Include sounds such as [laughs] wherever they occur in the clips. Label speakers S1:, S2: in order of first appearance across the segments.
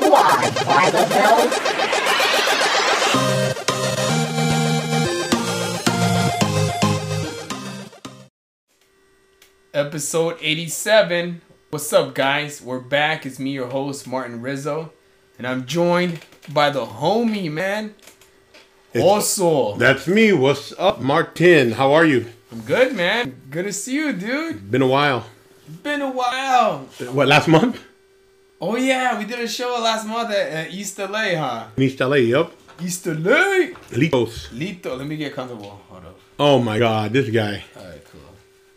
S1: God, why the hell?
S2: episode 87. What's up, guys? We're back. It's me, your host, Martin Rizzo, and I'm joined by the homie, man. also,
S3: That's me. What's up, Martin? How are you?
S2: I'm good, man. Good to see you, dude.
S3: Been a while.
S2: Been a while.
S3: What last month?
S2: Oh, yeah, we did a show last month at, at East LA, huh?
S3: In East LA. Yep.
S2: East LA?
S3: Litos.
S2: Lito, let me get comfortable. Hold up.
S3: Oh my God, this guy.
S2: All right, cool.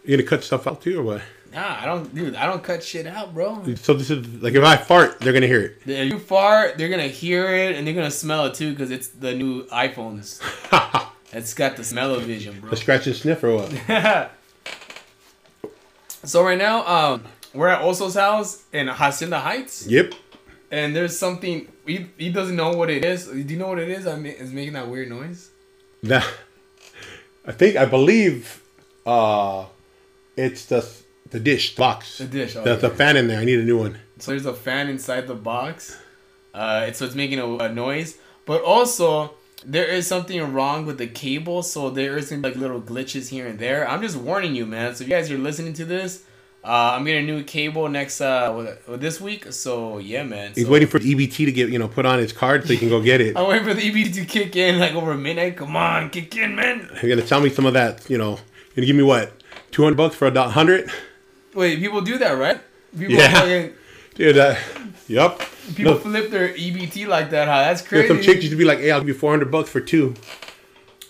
S3: You gonna cut stuff out too, or what?
S2: Nah, I don't, dude, I don't cut shit out, bro.
S3: So this is like if I fart, they're gonna hear it.
S2: If you fart, they're gonna hear it and they're gonna smell it too, because it's the new iPhones. It's got the smell of vision, bro.
S3: A scratch and sniff or
S2: [laughs]
S3: what?
S2: so right now, um, we're at Oso's house in Hacienda Heights,
S3: yep.
S2: and there's something he, he doesn't know what it is. Do you know what it is? I mean, it's making that weird noise.
S3: That. I think I believe. Uh, it's the the dish the box.
S2: The dish, oh,
S3: There's
S2: yeah.
S3: a fan in there. I need a new one.
S2: So there's a fan inside the box. Uh, it's so it's making a, a noise, but also there is something wrong with the cable, so there is some like little glitches here and there. I'm just warning you, man. So if you guys are listening to this, uh, I'm getting a new cable next uh what- this week. So yeah, man.
S3: He's
S2: So-
S3: waiting for EBT to get you know put on his card so he can go
S2: [laughs]
S3: get it.
S2: I'm waiting for the EBT to kick in like over midnight. Come on, kick in, man.
S3: You're gonna tell me some of that. You know, you're gonna give me what? Two hundred bucks for a hundred?
S2: Wait, people do that, right? People
S3: Yeah.
S2: fucking,
S3: Dude, uh, yep.
S2: people
S3: No,
S2: flip their EBT like that, huh? That's crazy.
S3: there's some chicks used to be like, "Hey, I'll give you four hundred bucks for two.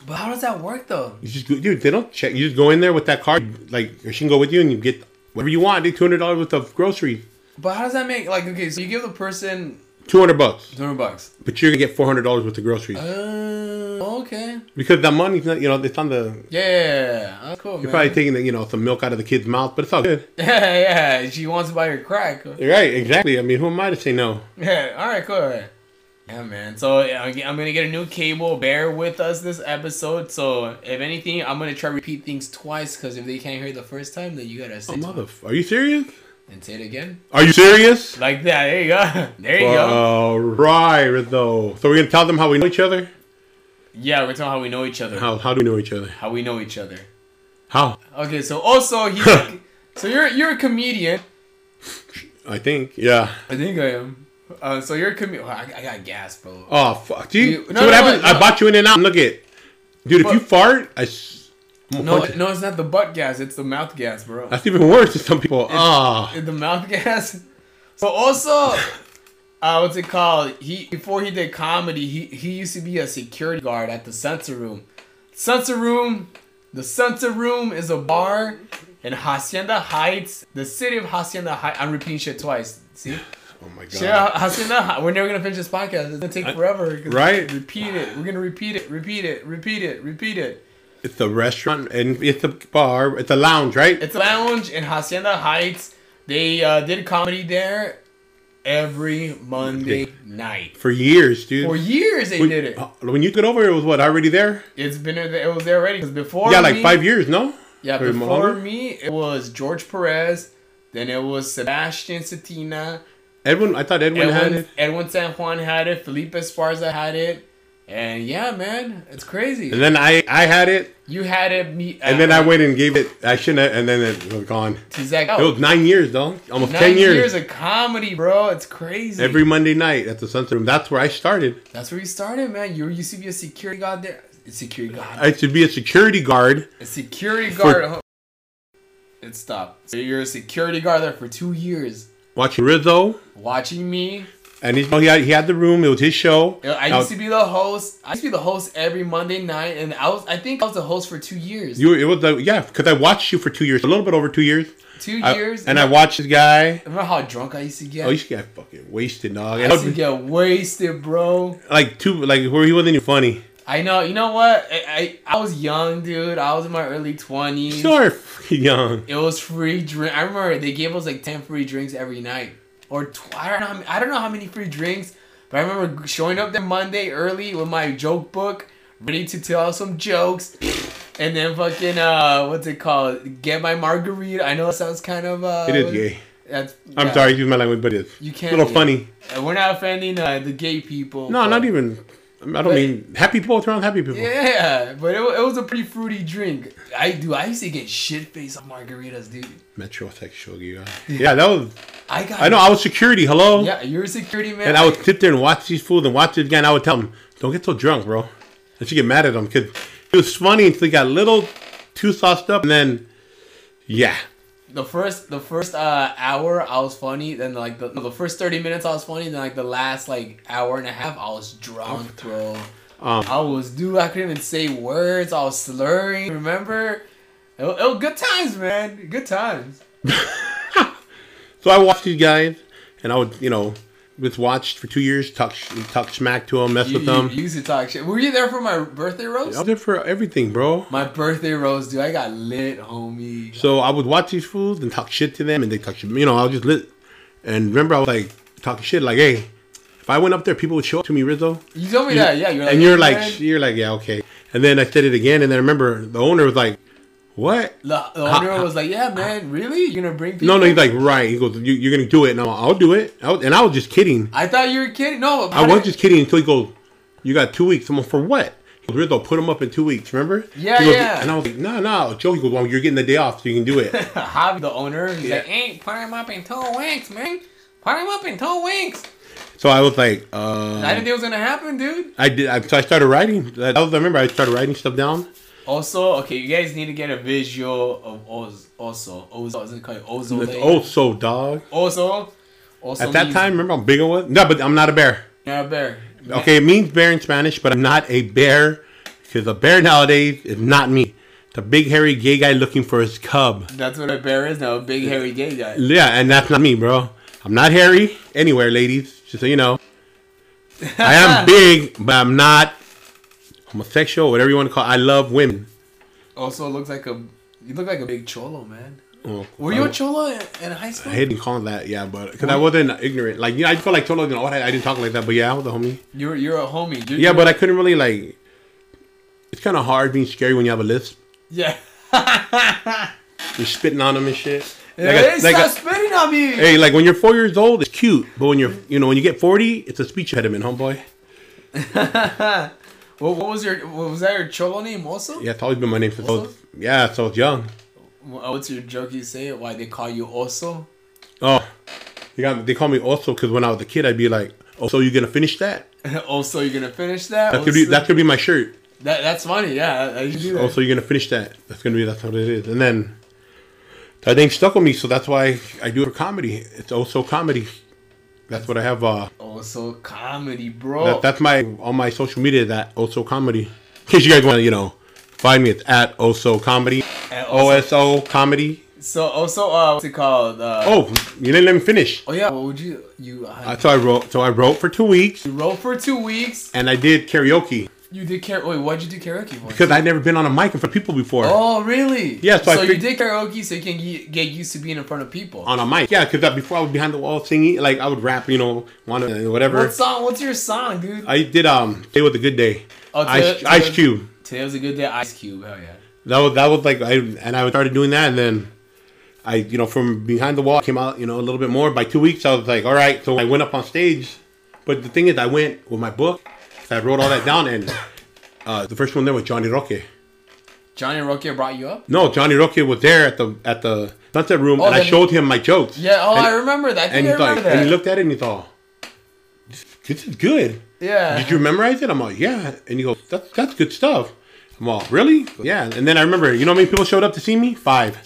S2: but how does that work though?
S3: You just, go- dude, they don't check. You just go in there with that card, like, or she can go with you, and you get whatever you want. Dude, two hundred dollars worth of groceries,
S2: But how does that make like okay? So you give the person
S3: two hundred bucks,
S2: two hundred bucks.
S3: but you're gonna get four hundred dollars worth of groceries
S2: Uh, okay.
S3: because that money's not, you know, it's on the.
S2: Yeah, that's cool,
S3: You're
S2: man. [laughs]
S3: probably taking, the, you know, some milk out of the kid's mouth, but it's all good.
S2: yeah, yeah. She wants to buy her crack.
S3: You're right, exactly. I mean, who am I to say no? Oh,
S2: Yeah. All right. Cool. All right. Yeah, man. So yeah, I'm I'm gonna get a new cable. Bear with us this episode. So if anything, I'm gonna try to repeat things twice because if they can't hear the first time, then you gotta say it
S3: Oh, Mother, are you serious?
S2: and say it again
S3: Are you serious?
S2: like that. There you go. [laughs] There you go.
S3: All right, though. So we're gonna tell them how we know each other.
S2: Yeah, we're talking how we know each other.
S3: How how do we know each other?
S2: How we know each other.
S3: How?
S2: Okay. So also he's a, so you're you're a comedian.
S3: I think. Yeah.
S2: I think I am. Uh, so you're a comedian. I, I got gas, bro.
S3: Oh fuck,
S2: You-
S3: dude!
S2: no,
S3: so what
S2: no,
S3: happens?
S2: no.
S3: I bought you in and out. Look it, dude.
S2: But-
S3: if you fart, I s- I'm
S2: No,
S3: punch-
S2: no, it's not the butt gas. It's the mouth gas, bro.
S3: That's even worse to some people. Ah,
S2: the mouth gas. [laughs] So also,
S3: [laughs]
S2: uh, what's it called? He before he did comedy, he he used to be a security guard at the sensor room. Sensor room, the sensor room is a bar in Hacienda Heights, the city of Hacienda Heights. I'm repeating shit twice. See,
S3: oh my god.
S2: shit, Hacienda. Hei- We're never gonna finish this podcast. It's gonna take forever. 'cause
S3: right?
S2: Repeat it. We're gonna repeat it. Repeat it. Repeat it. Repeat it.
S3: It's a restaurant and it's a bar. It's a lounge, right?
S2: It's a lounge in Hacienda Heights. They uh, did comedy there every Monday night.
S3: For years, dude.
S2: For years they
S3: when,
S2: did it.
S3: uh, when you took it over, it was what already there.
S2: It's been it was there already because before
S3: yeah, like
S2: me-
S3: five years, no?
S2: Yeah,
S3: Or
S2: before
S3: longer?
S2: me it was George Perez, then it was Sebastian Satina,
S3: Edwin, I thought Edwin, had
S2: Edwin,
S3: it.
S2: Edwin San Juan had it, Felipe Esparza had it, and yeah, man, it's
S3: And
S2: crazy.
S3: then I, I had it,
S2: You had it, me,
S3: and then I went and gave it. I shouldn't, have, and then it was gone.
S2: to Zach. oh,
S3: It was nine years, though. Almost
S2: Nine
S3: ten years.
S2: years of comedy, bro. It's crazy.
S3: Every Monday night at the Sunset Room. That's where I started.
S2: That's where you started, man. You used to be a security guard there. A security guard.
S3: I should be a security guard.
S2: A security guard. at home. It stopped. So you're a security guard there for two years,
S3: watching Rizzo,
S2: watching me.
S3: and he's, he, had, he had the room. It was his show.
S2: I
S3: Now,
S2: used to be the host. I used to be the host every Monday night, and I was. I think I was the host for two years.
S3: you, it was the, yeah, because I watched you for two years, a little bit over two years.
S2: two
S3: I-
S2: years.
S3: and I watched this guy.
S2: remember how drunk I used to get.
S3: Oh, you should get fucking wasted, dog.
S2: I used to get wasted, bro.
S3: like two, like where he wasn't even funny.
S2: I know. You know what? I I, I was young, dude. I was in my early twenties.
S3: Sure, fucking young.
S2: It was free drink. I remember they gave us like ten free drinks every night, or tw- I don't know. How many, I don't know how many free drinks, but I remember showing up there Monday early with my joke book, ready to tell some jokes, and then fucking uh, what's it called? Get my margarita. I know it sounds kind of uh,
S3: It is gay.
S2: That's.
S3: I'm
S2: yeah.
S3: sorry, use my language, but it's
S2: You
S3: a
S2: can't.
S3: little
S2: yeah.
S3: funny.
S2: And we're not offending uh, the gay people.
S3: No,
S2: but-
S3: not even. I don't mean happy people. What's wrong with happy people?
S2: [laughs] Yeah, but it, wa- it was a pretty fruity drink. I do. I used to get shit faced on margaritas, dude.
S3: Metrosexual, you are. uh, Yeah, that was.
S2: I got.
S3: I know. I was security. Hello.
S2: Yeah, you're a security man.
S3: And I would sit there and watch these fools and watch this guy, and I would tell him, "Don't get so drunk, bro." And she get mad at him because it was funny until he got a little too sauced up, and then, yeah,
S2: the first the first uh hour I was funny, then like the, no, the first thirty minutes I was funny, then like the last like hour and a half I was drunk, bro.
S3: Oh, Um,
S2: I was dude, I couldn't even say words. I was slurring. Remember, it, wa- it was good times, man. Good times.
S3: So I watched these guys, and I would, you know, just watched for two years, talk, sh- talk smack to them, mess
S2: You,
S3: with
S2: you,
S3: them.
S2: you used to talk shit. Were you there for my birthday roast?
S3: I'm there for everything, bro.
S2: My birthday roast, dude. I got lit, homie.
S3: So I would watch these fools and talk shit to them, and they talk shit. You know, I was just lit. And remember, I was like talking shit, like, hey, if I went up there, people would show up to me, Rizzo.
S2: You told me that, yeah. You're like,
S3: and you're
S2: "Hey,
S3: like,
S2: man."
S3: sh- you're like, yeah, okay. And then I said it again, and then I remember the owner was like, what?
S2: the, the owner was like, yeah, man, really? You're gonna bring people?
S3: No, no, he's like, right. He goes, you, you're gonna do it, and I'm like, I'll do it. I was, and I was just kidding.
S2: I thought you were kidding. No,
S3: I was just kidding until he goes, You got two weeks. I'm like, For what? He goes, Rizzo, put him up in two weeks, remember?
S2: Yeah,
S3: He goes,
S2: yeah.
S3: And I was like, No, no. Joe, he goes, Well, you're getting the day off, so you can do it.
S2: [laughs] Javi, the owner, he's like,
S3: Yeah.
S2: ain't put him up in two winks, man. Put him up in two winks.
S3: so I was like,
S2: I
S3: uh,
S2: didn't think it was gonna happen, dude.
S3: I did. I, so I started writing. That was, I remember I started writing stuff down.
S2: Also, okay, you guys need to get a visual of Oz. Also, Oz, I was gonna call you Ozo.
S3: Like,
S2: Lake.
S3: oh, so dog.
S2: Also, also
S3: At that
S2: means
S3: time, remember how big I was? No, but I'm not a bear.
S2: you're a bear.
S3: Okay, it means bear in Spanish, but I'm not a bear because a bear nowadays is not me. The big hairy gay guy looking for his cub.
S2: That's what a bear is now, a big hairy gay guy.
S3: Yeah, and that's not me, bro. I'm not hairy anywhere, ladies. Just so you know, [laughs] I
S2: [laughs]
S3: am big, but I'm not homosexual, whatever you want to call. It. I love women.
S2: Also, looks like a you look like a big cholo, man.
S3: Oh,
S2: Were you a cholo in, in high
S3: I
S2: school?
S3: hated calling that, yeah, but because I wasn't ignorant. Like, you know, I felt like totally, you know, I I didn't talk like that, but yeah, I was a homie.
S2: You're you're a homie. You're,
S3: Yeah,
S2: you're-
S3: but I couldn't really like. It's kind of hard being scary when you have a lisp.
S2: yeah.
S3: You're spitting on them and shit. Like a-
S2: Hey,
S3: like a-
S2: stop spitting on me.
S3: Hey, like when you're four years old, it's cute, but when you're, you know, when you get forty, it's a speech impediment, homeboy.
S2: What, what was your what, was that your cholo name also?
S3: Yeah, it's always been my name since I was,
S2: Also?
S3: yeah, so I was young.
S2: Wha- What's your joke you say? Why they call you Oso?
S3: Oh, they got they call me also because when I was a kid, I'd be like, oh, so you gonna finish that?
S2: [laughs] also, you're gonna finish that.
S3: That's gonna be
S2: Oso?
S3: that's gonna be my shirt.
S2: That- that's funny. Yeah, I, I should do that.
S3: Oh, so you're gonna finish that? That's gonna be that's what it is. And then that thing stuck with me, so that's why I do it for comedy. It's also comedy. That's what I have. Uh,
S2: also comedy, bro.
S3: that, that's my on my social media. That also comedy. In case you guys want to, you know, find me. It's at also comedy.
S2: And
S3: O
S2: also,
S3: S O comedy.
S2: so also, uh, what's it called? Uh, oh.
S3: Oh, you didn't let me finish.
S2: yeah. What would you you uh,
S3: Uh, So I wrote. So I wrote for two weeks,
S2: you wrote for two weeks?
S3: and I did karaoke
S2: You did karaoke. Wait, why'd you do karaoke for?
S3: because I'd never been on a mic in front of people before.
S2: oh, really?
S3: Yeah, so I
S2: so you
S3: fig-
S2: did karaoke so you can ge- get used to being in front of people.
S3: On a mic, yeah, because before I was behind the wall singing, like I would rap, you know, wanna whatever.
S2: what song? What's your song, dude?
S3: I did um Today was a good day.
S2: Oh, today-
S3: Ice, Ice
S2: today-
S3: Cube.
S2: Today was a good day. Ice Cube. Hell yeah.
S3: That was that was like I and I started doing that and then I you know from behind the wall came out you know a little bit more. By two weeks I was like all right. So I went up on stage, but the thing is I went with my book. I wrote all that down and uh, the first one there was Johnny Roque.
S2: Johnny Roque brought you up.
S3: No, Johnny Roque was there at the at the sunset room
S2: Oh,
S3: and I
S2: then-
S3: showed him my jokes.
S2: Yeah. Oh,
S3: And-
S2: I remember that. I
S3: And
S2: think I
S3: he
S2: remember
S3: thought,
S2: that.
S3: and he looked at it and he thought, "This- this is good.
S2: yeah.
S3: Did you memorize it? I'm like, yeah. And he goes, that's, that's good stuff. I'm all, really? Yeah. And then I remember, you know how many people showed up to see me? Five.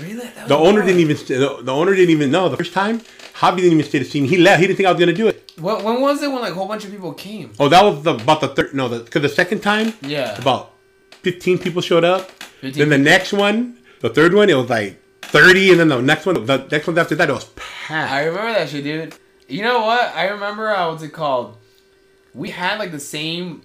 S2: Really? That
S3: The
S2: was
S3: owner
S2: bad.
S3: didn't even, st- the, the owner didn't even know. The first time, Javi didn't even stay to see me. He left. He didn't think I was going to do it.
S2: When, when was it when like a whole bunch of people came?
S3: Oh, that was the, about the third, no, because the, second time,
S2: Yeah.
S3: about 15 people showed up.
S2: 15
S3: Then the next one, the third one, it was like 30. And then the next one, the next ones after that, it was
S2: I
S3: packed.
S2: remember that shit, dude. You know what? I remember uh, what's it called? We had like the same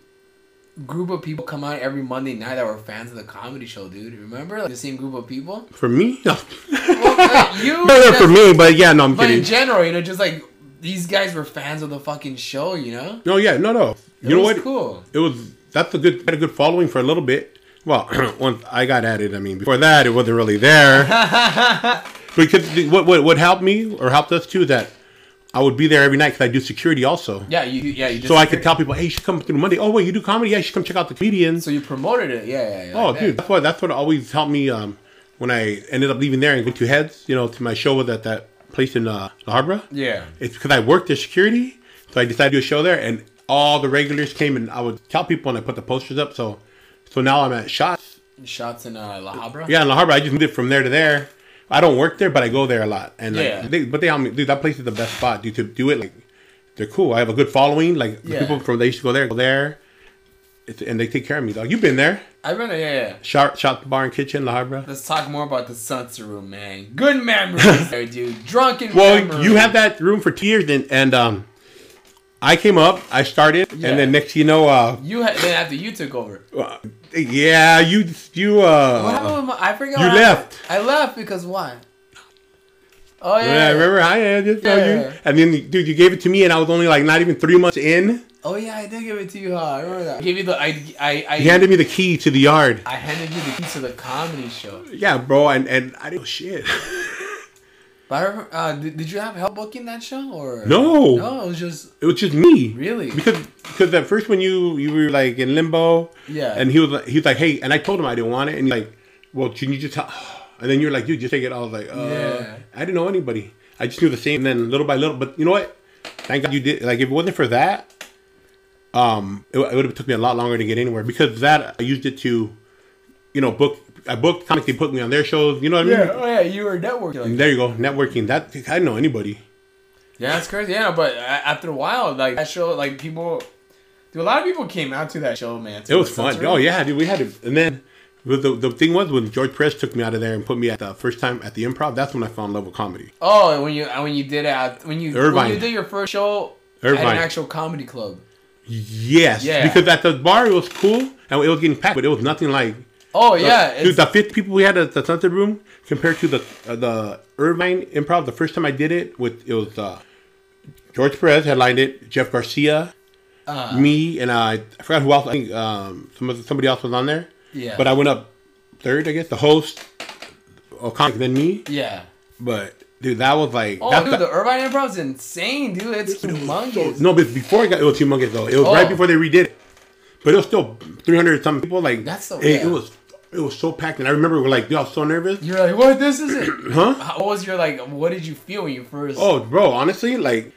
S2: group of people come out every Monday night that were fans of the comedy show, dude. Remember like the same group of
S3: [laughs]
S2: people?
S3: for me? No.
S2: [laughs]
S3: [laughs]
S2: Well, you.
S3: No, no, for me, but yeah, no, I'm
S2: But in
S3: kidding.
S2: general, you know, just like these guys were fans of the fucking show, you know.
S3: No, yeah, no, no.
S2: It
S3: You know
S2: was
S3: what?
S2: Cool.
S3: it was that's a good had a good following for
S2: [laughs]
S3: a [clears throat] little bit. Well, once I got at it, I mean, before that it wasn't really there. Because the- what, what what helped me or helped us too is that I would be there every night because I do security also.
S2: Yeah, you, you- yeah, you just
S3: So I could tell people, hey, you should come through Monday. Oh wait, you do comedy? Yeah, you should come check out the comedians.
S2: So you promoted it, yeah, yeah. yeah
S3: Oh,
S2: like that.
S3: dude, that's what that's what always helped me um, when I ended up leaving there and went to Heads, you know, to my show with at that place in uh, La Habra.
S2: Yeah.
S3: It's because I worked as security, so I decided to do a show there, and all the regulars came, and I would tell people, and I put the posters up. So, so now I'm at Shots.
S2: Shots in uh, La Habra.
S3: Yeah, in La Habra. I just moved it from there to there. I don't work there, but I go there a lot, and like,
S2: Yeah.
S3: they, but they help me, dude. That place is the best spot, dude. To do it, like, they're cool. I have a good following. Like the
S2: Yeah.
S3: people from they used to go there, go there, it's, and they take care of me. Dog, you've been there.
S2: I've been, yeah, yeah.
S3: Shop, shop, bar and kitchen, La Habra.
S2: Let's talk more about the Sunset Room, man. Good
S3: [laughs]
S2: memories there, dude. Drunken
S3: Well,
S2: memories.
S3: you had that room for two years, and, and um, I came up, I started,
S2: Yeah.
S3: and then next, thing you know, uh,
S2: You had, then after you took over.
S3: uh, yeah, you, you,
S2: What
S3: uh,
S2: happened with my, I forgot.
S3: you
S2: what happened.
S3: left.
S2: I left because why? Oh yeah.
S3: Yeah, remember? I, I just saw
S2: Yeah.
S3: you, and then, dude, you gave it to me, and I was only like not even three months in.
S2: Oh yeah, I did give it to you. Huh? I remember that. I gave you the. I I I,
S3: He handed me the key to the yard.
S2: I handed you the key to the comedy show.
S3: Yeah, bro, and and I didn't oh, shit. [laughs]
S2: But I remember, uh, did, did you have help booking that show or
S3: No.
S2: No, it was just
S3: It was just me.
S2: Really?
S3: Because because at first when you you were like in limbo.
S2: Yeah.
S3: And he was like, he was like, hey, and I told him I didn't want it, and he's like, well, can you just help? [sighs] And then you're like, dude, just take it. I was like, uh,
S2: Yeah.
S3: I didn't know anybody. I just knew the same. And then little by little, but you know what? Thank God you did. Like if it wasn't for that, um, it, would have took me a lot longer to get anywhere because that I used it to, you know, book. I booked comics. They put me on their shows. You know what I mean?
S2: yeah. Oh yeah, you were networking. Like,
S3: And there you go, networking. That I didn't know anybody.
S2: Yeah, that's crazy. Yeah, but a- after a while, like that show, like people, dude, a lot of people came out to that show, man.
S3: It was fun. Oh yeah, dude, we had it. And then but the the thing was when George Perez took me out of there and put me at the first time at the Improv. That's when I found love with comedy.
S2: Oh, and when you and when you did it uh, when you when
S3: Irvine.
S2: you did your first show at
S3: Irvine.
S2: an actual comedy club.
S3: Yes,
S2: Yeah.
S3: because at the bar it was cool and it was getting packed, but it was nothing like.
S2: Oh yeah, it's,
S3: dude, the fifth people we had at the Sunset Room compared to the uh, the Irvine Improv. The first time I did it with it was uh, George Perez headlined it, Jeff Garcia,
S2: uh,
S3: me, and I, I forgot who else. I think um, some somebody else was on there.
S2: Yeah.
S3: But I went up third, I guess. The host, a comic, then me.
S2: yeah.
S3: But dude, that was like
S2: Oh,
S3: that's
S2: dude,
S3: the-
S2: the Irvine Improv's insane, dude. It's humongous.
S3: no, but before it got it was humongous though. It was
S2: Oh.
S3: right before they redid it, but it was still three hundred some people. Like
S2: That's so-
S3: it, it
S2: yeah.
S3: was it was so packed, and I remember we're like, dude, I was so nervous,
S2: You're like, what? This is it?
S3: [clears throat] huh?
S2: How- What was your like? What did you feel when you first?
S3: Oh, bro, honestly, like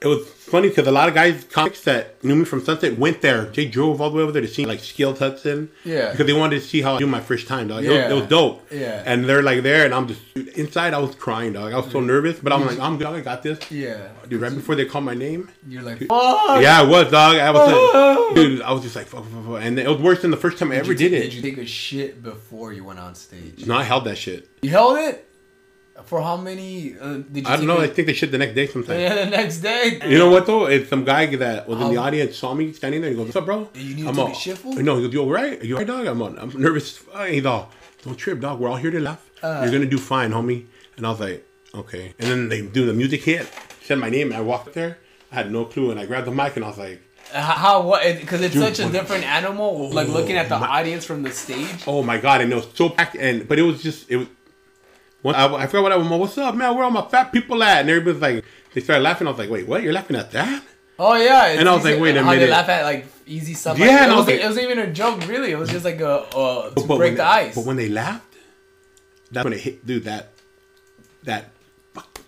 S3: it was funny because a lot of guys comics that knew me from Sunset went there. They drove all the way over there to see like Skilled Hudson,
S2: Yeah.
S3: because they wanted to see how I do my first time. Dog.
S2: Yeah.
S3: It, was, it was dope,
S2: Yeah.
S3: And they're like there, and I'm just dude, inside. I was crying, dog. I was
S2: Mm.
S3: so nervous, but I'm like, I'm good. I got this,
S2: yeah.
S3: dude. Right before they called my name.
S2: You're like, fuck.
S3: Yeah, it was, dog. I
S2: Oh.
S3: was, dude. I was just like, fuck, fuck, fuck. and it was worse than the first time I ever
S2: you,
S3: did
S2: Did
S3: it.
S2: you take a shit before you went on stage?
S3: No, I held that shit.
S2: You held it for how many? Uh, did you
S3: I don't
S2: take
S3: know. I
S2: it-
S3: think they shit the next day sometime.
S2: Yeah, the next day.
S3: You know what though? It's some guy that was in the
S2: Um,
S3: audience saw me standing there. and He goes, "What's up, bro?"
S2: You need to
S3: I'm
S2: take
S3: all,
S2: a shit, fool?
S3: No, he goes, "You all right? You all right, dog?" I'm on. I'm nervous. as fuck." He's all, "Don't trip, dog. We're all here to laugh.
S2: Uh.
S3: You're gonna do fine, homie." And I was like, "Okay." And then they do the music hit. Said my name. And I walked up there. I had no clue, and I grabbed the mic and I was like,
S2: Uh, How, how what? Because it's
S3: Dude,
S2: such a
S3: what-
S2: different animal. Like looking at the
S3: my-
S2: audience from the stage.
S3: Oh my god, and it was so packed, and but it was just it was. One, I, I forgot what I was. What's up, man? Where all my fat people at? And everybody's like, they started laughing. I was like, wait, what? You're laughing at that?
S2: Oh yeah. it's
S3: And I was like,
S2: easy-
S3: wait a
S2: how They
S3: minute.
S2: laugh at like easy stuff.
S3: Yeah,
S2: Yeah. it,
S3: and I
S2: was,
S3: was like-
S2: it wasn't even a joke, really. It was just like a uh, to
S3: when,
S2: break the ice.
S3: But when they laughed, that's when it hit, dude. That that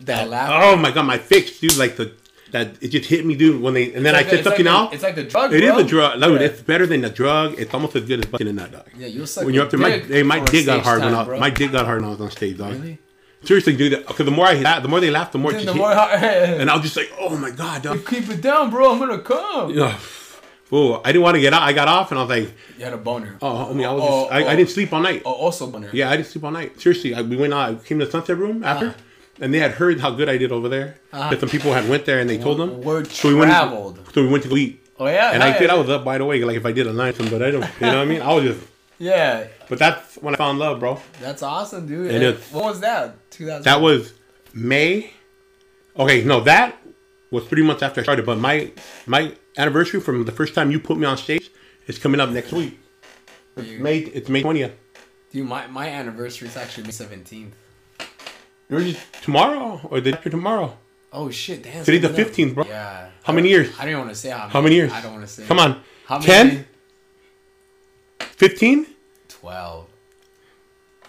S2: that laugh.
S3: oh my god, my fix, dude. Like the that it just hit me, dude. When they and then I said something
S2: like
S3: out.
S2: the- It's like the drug.
S3: It is
S2: bro.
S3: a drug. Dude,
S2: Yeah.
S3: it's better than a drug. It's almost as good as fucking a nut dog.
S2: Yeah, you'll suck
S3: When you're
S2: a
S3: up there, my,
S2: dick
S3: hey, my
S2: for a
S3: dick got
S2: stage
S3: hard when
S2: time,
S3: I,
S2: bro.
S3: my dick got hard when I was on stage, dog.
S2: Really?
S3: Seriously, dude. Because the more I laugh, the more they laugh, the more it
S2: Then
S3: just
S2: the
S3: hit-
S2: more [laughs]
S3: and I was just like, oh my god, dog.
S2: keep it down, bro. I'm gonna come.
S3: Ugh. Fool, I didn't want to get out. I got off, and I was like,
S2: You had a boner.
S3: oh, homie, I was
S2: Oh,
S3: just, I,
S2: oh.
S3: I didn't sleep all night.
S2: Oh, also boner.
S3: Yeah, I didn't sleep all night. Seriously, I, we went out. I came to the Sunset Room after,
S2: Uh-huh.
S3: and they had heard how good I did over there. That some people had went there, and they told them.
S2: Word
S3: went.
S2: traveled.
S3: So we went to go eat.
S2: Oh yeah.
S3: And I
S2: yeah,
S3: did. I was up wide awake, like if I did a nine, but I don't. You know what I mean? I was just.
S2: Yeah,
S3: But that's when I found love, bro.
S2: that's awesome, dude.
S3: And
S2: Eh,
S3: it's-
S2: what was that? 2000.
S3: That was May. Okay, no, that was three months after I started. But my my anniversary from the first time you put me on stage is coming up next week. May it's May twentieth.
S2: Dude, my, my anniversary is actually May 17th.
S3: You're just tomorrow or the day after tomorrow.
S2: Oh shit, damn.
S3: Today's the
S2: something up.
S3: 15th, bro.
S2: Yeah.
S3: How many years?
S2: I don't even want to say how many.
S3: How many years?
S2: I don't want to say.
S3: Come on.
S2: How many?
S3: 10? 15?
S2: 12.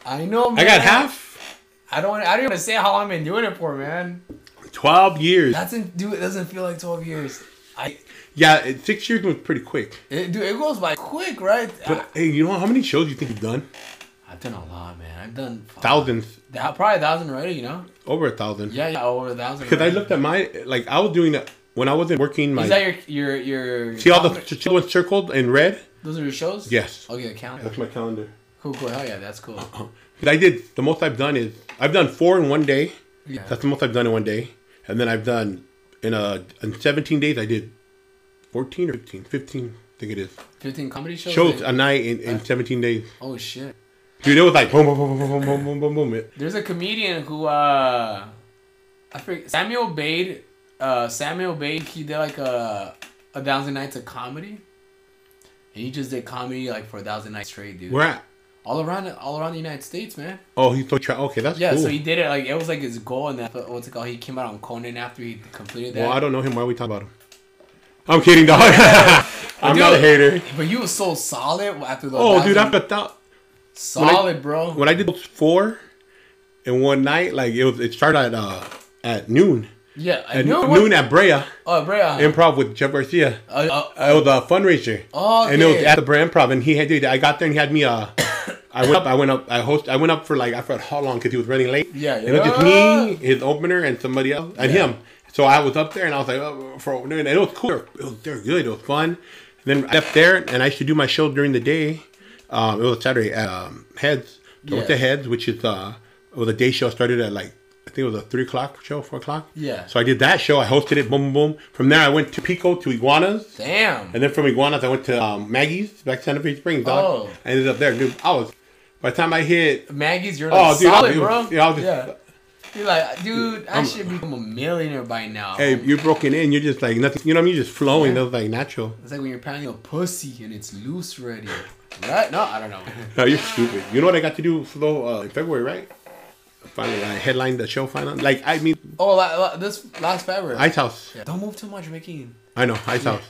S2: I know, man.
S3: I got half.
S2: I don't, wanna- I don't even wanna say how long I've been doing it for, man.
S3: 12 years.
S2: That's in, dude, it doesn't feel like 12 years. I,
S3: Yeah, it- six years was pretty quick.
S2: it, dude, it goes by quick, right?
S3: But hey, you know how many shows you think you've done?
S2: I, have done a lot, man. I've done fuck,
S3: Thousands.
S2: that- probably a thousand already, you know?
S3: Over a thousand.
S2: Yeah, yeah, over a thousand.
S3: Because I
S2: already.
S3: looked at my, like, I was doing that when I wasn't working. My,
S2: Is that your your your?
S3: see all the ch- children circled in red?
S2: those are your shows. Oh,
S3: Yes.
S2: Okay, count.
S3: Oh, That's my [laughs] calendar.
S2: Cool, cool. Hell yeah, that's cool.
S3: 'Cause I did, the most I've done is, I've done four in one day.
S2: Yeah.
S3: That's the most I've done in one day. And then I've done, in a, in 17 days, I did 14 or 15, 15, I think it is.
S2: Fifteen comedy shows.
S3: Shows
S2: Like-
S3: a night in, in 17 days.
S2: oh shit.
S3: Dude, it was like boom, boom, boom, boom, boom, boom, boom, boom, boom. It-
S2: There's a comedian who uh, I forget Samuel Bade. Uh, Samuel Bade. He did like a a thousand nights of comedy. And he just did comedy like for a thousand nights straight, dude.
S3: Where at?
S2: All around, all around the United States, man.
S3: Oh, he's so tra- Okay, that's
S2: Yeah,
S3: cool.
S2: so he did it like it was like his goal, and that what's it called? He came out on Conan after he completed that.
S3: well, I don't know him. Why are we talking about him? I'm kidding, dog. [laughs] I'm not a hater.
S2: But you was so solid after the.
S3: Oh,
S2: thousand-
S3: dude, I've got that.
S2: solid, bro.
S3: When I did those four in one night, like it was, it started at uh, at noon.
S2: yeah, I
S3: At
S2: knew it
S3: noon,
S2: was-
S3: at Brea
S2: Oh, bro. yeah.
S3: Improv with Jeff Garcia.
S2: Uh, uh,
S3: I was a fundraiser.
S2: Oh,
S3: And it was
S2: okay.
S3: at the Brea Improv, and he had dude. I got there and he had me uh. [coughs] I went up. I went up. I host. I went up for like I forgot how long because he was running late.
S2: Yeah,
S3: And it was just
S2: yeah.
S3: me, his opener, and somebody else, and him. So I was up there, and I was like, oh, for opener, and it was cool. It was, they were good. It was fun. And then I left there, and I should do my show during the day. Um, it was Saturday at um, Heads. So it's
S2: Yeah.
S3: the Heads, which is uh, it was a day show. Started at like I think it was a three o'clock show, four o'clock.
S2: Yeah.
S3: So I did that show. I hosted it. Boom, boom, boom. From there, I went to Pico to Iguanas.
S2: damn.
S3: And then from Iguanas, I went to um, Maggie's back to Santa Fe Springs. Dog.
S2: Oh.
S3: I ended up there, dude. I was by the time I hit,
S2: Maggie's, you're
S3: oh,
S2: like
S3: dude, I
S2: solid,
S3: was,
S2: bro.
S3: yeah, I was just,
S2: You're like, dude, I
S3: I'm-
S2: should become a millionaire by now.
S3: hey, you're broken in. You're just like nothing. You know what I mean? You're just flowing.
S2: Yeah.
S3: That was like natural.
S2: It's like when you're pounding a pussy and it's loose already. Right? No, I don't
S3: [laughs]
S2: know.
S3: No, you're stupid. You know what I got to do slow uh, in February, right? Finally, I headlined the show. Finally, like I mean,
S2: Oh, la, la, this last February.
S3: Ice House.
S2: don't move too much, Mickey.
S3: I know Ice House.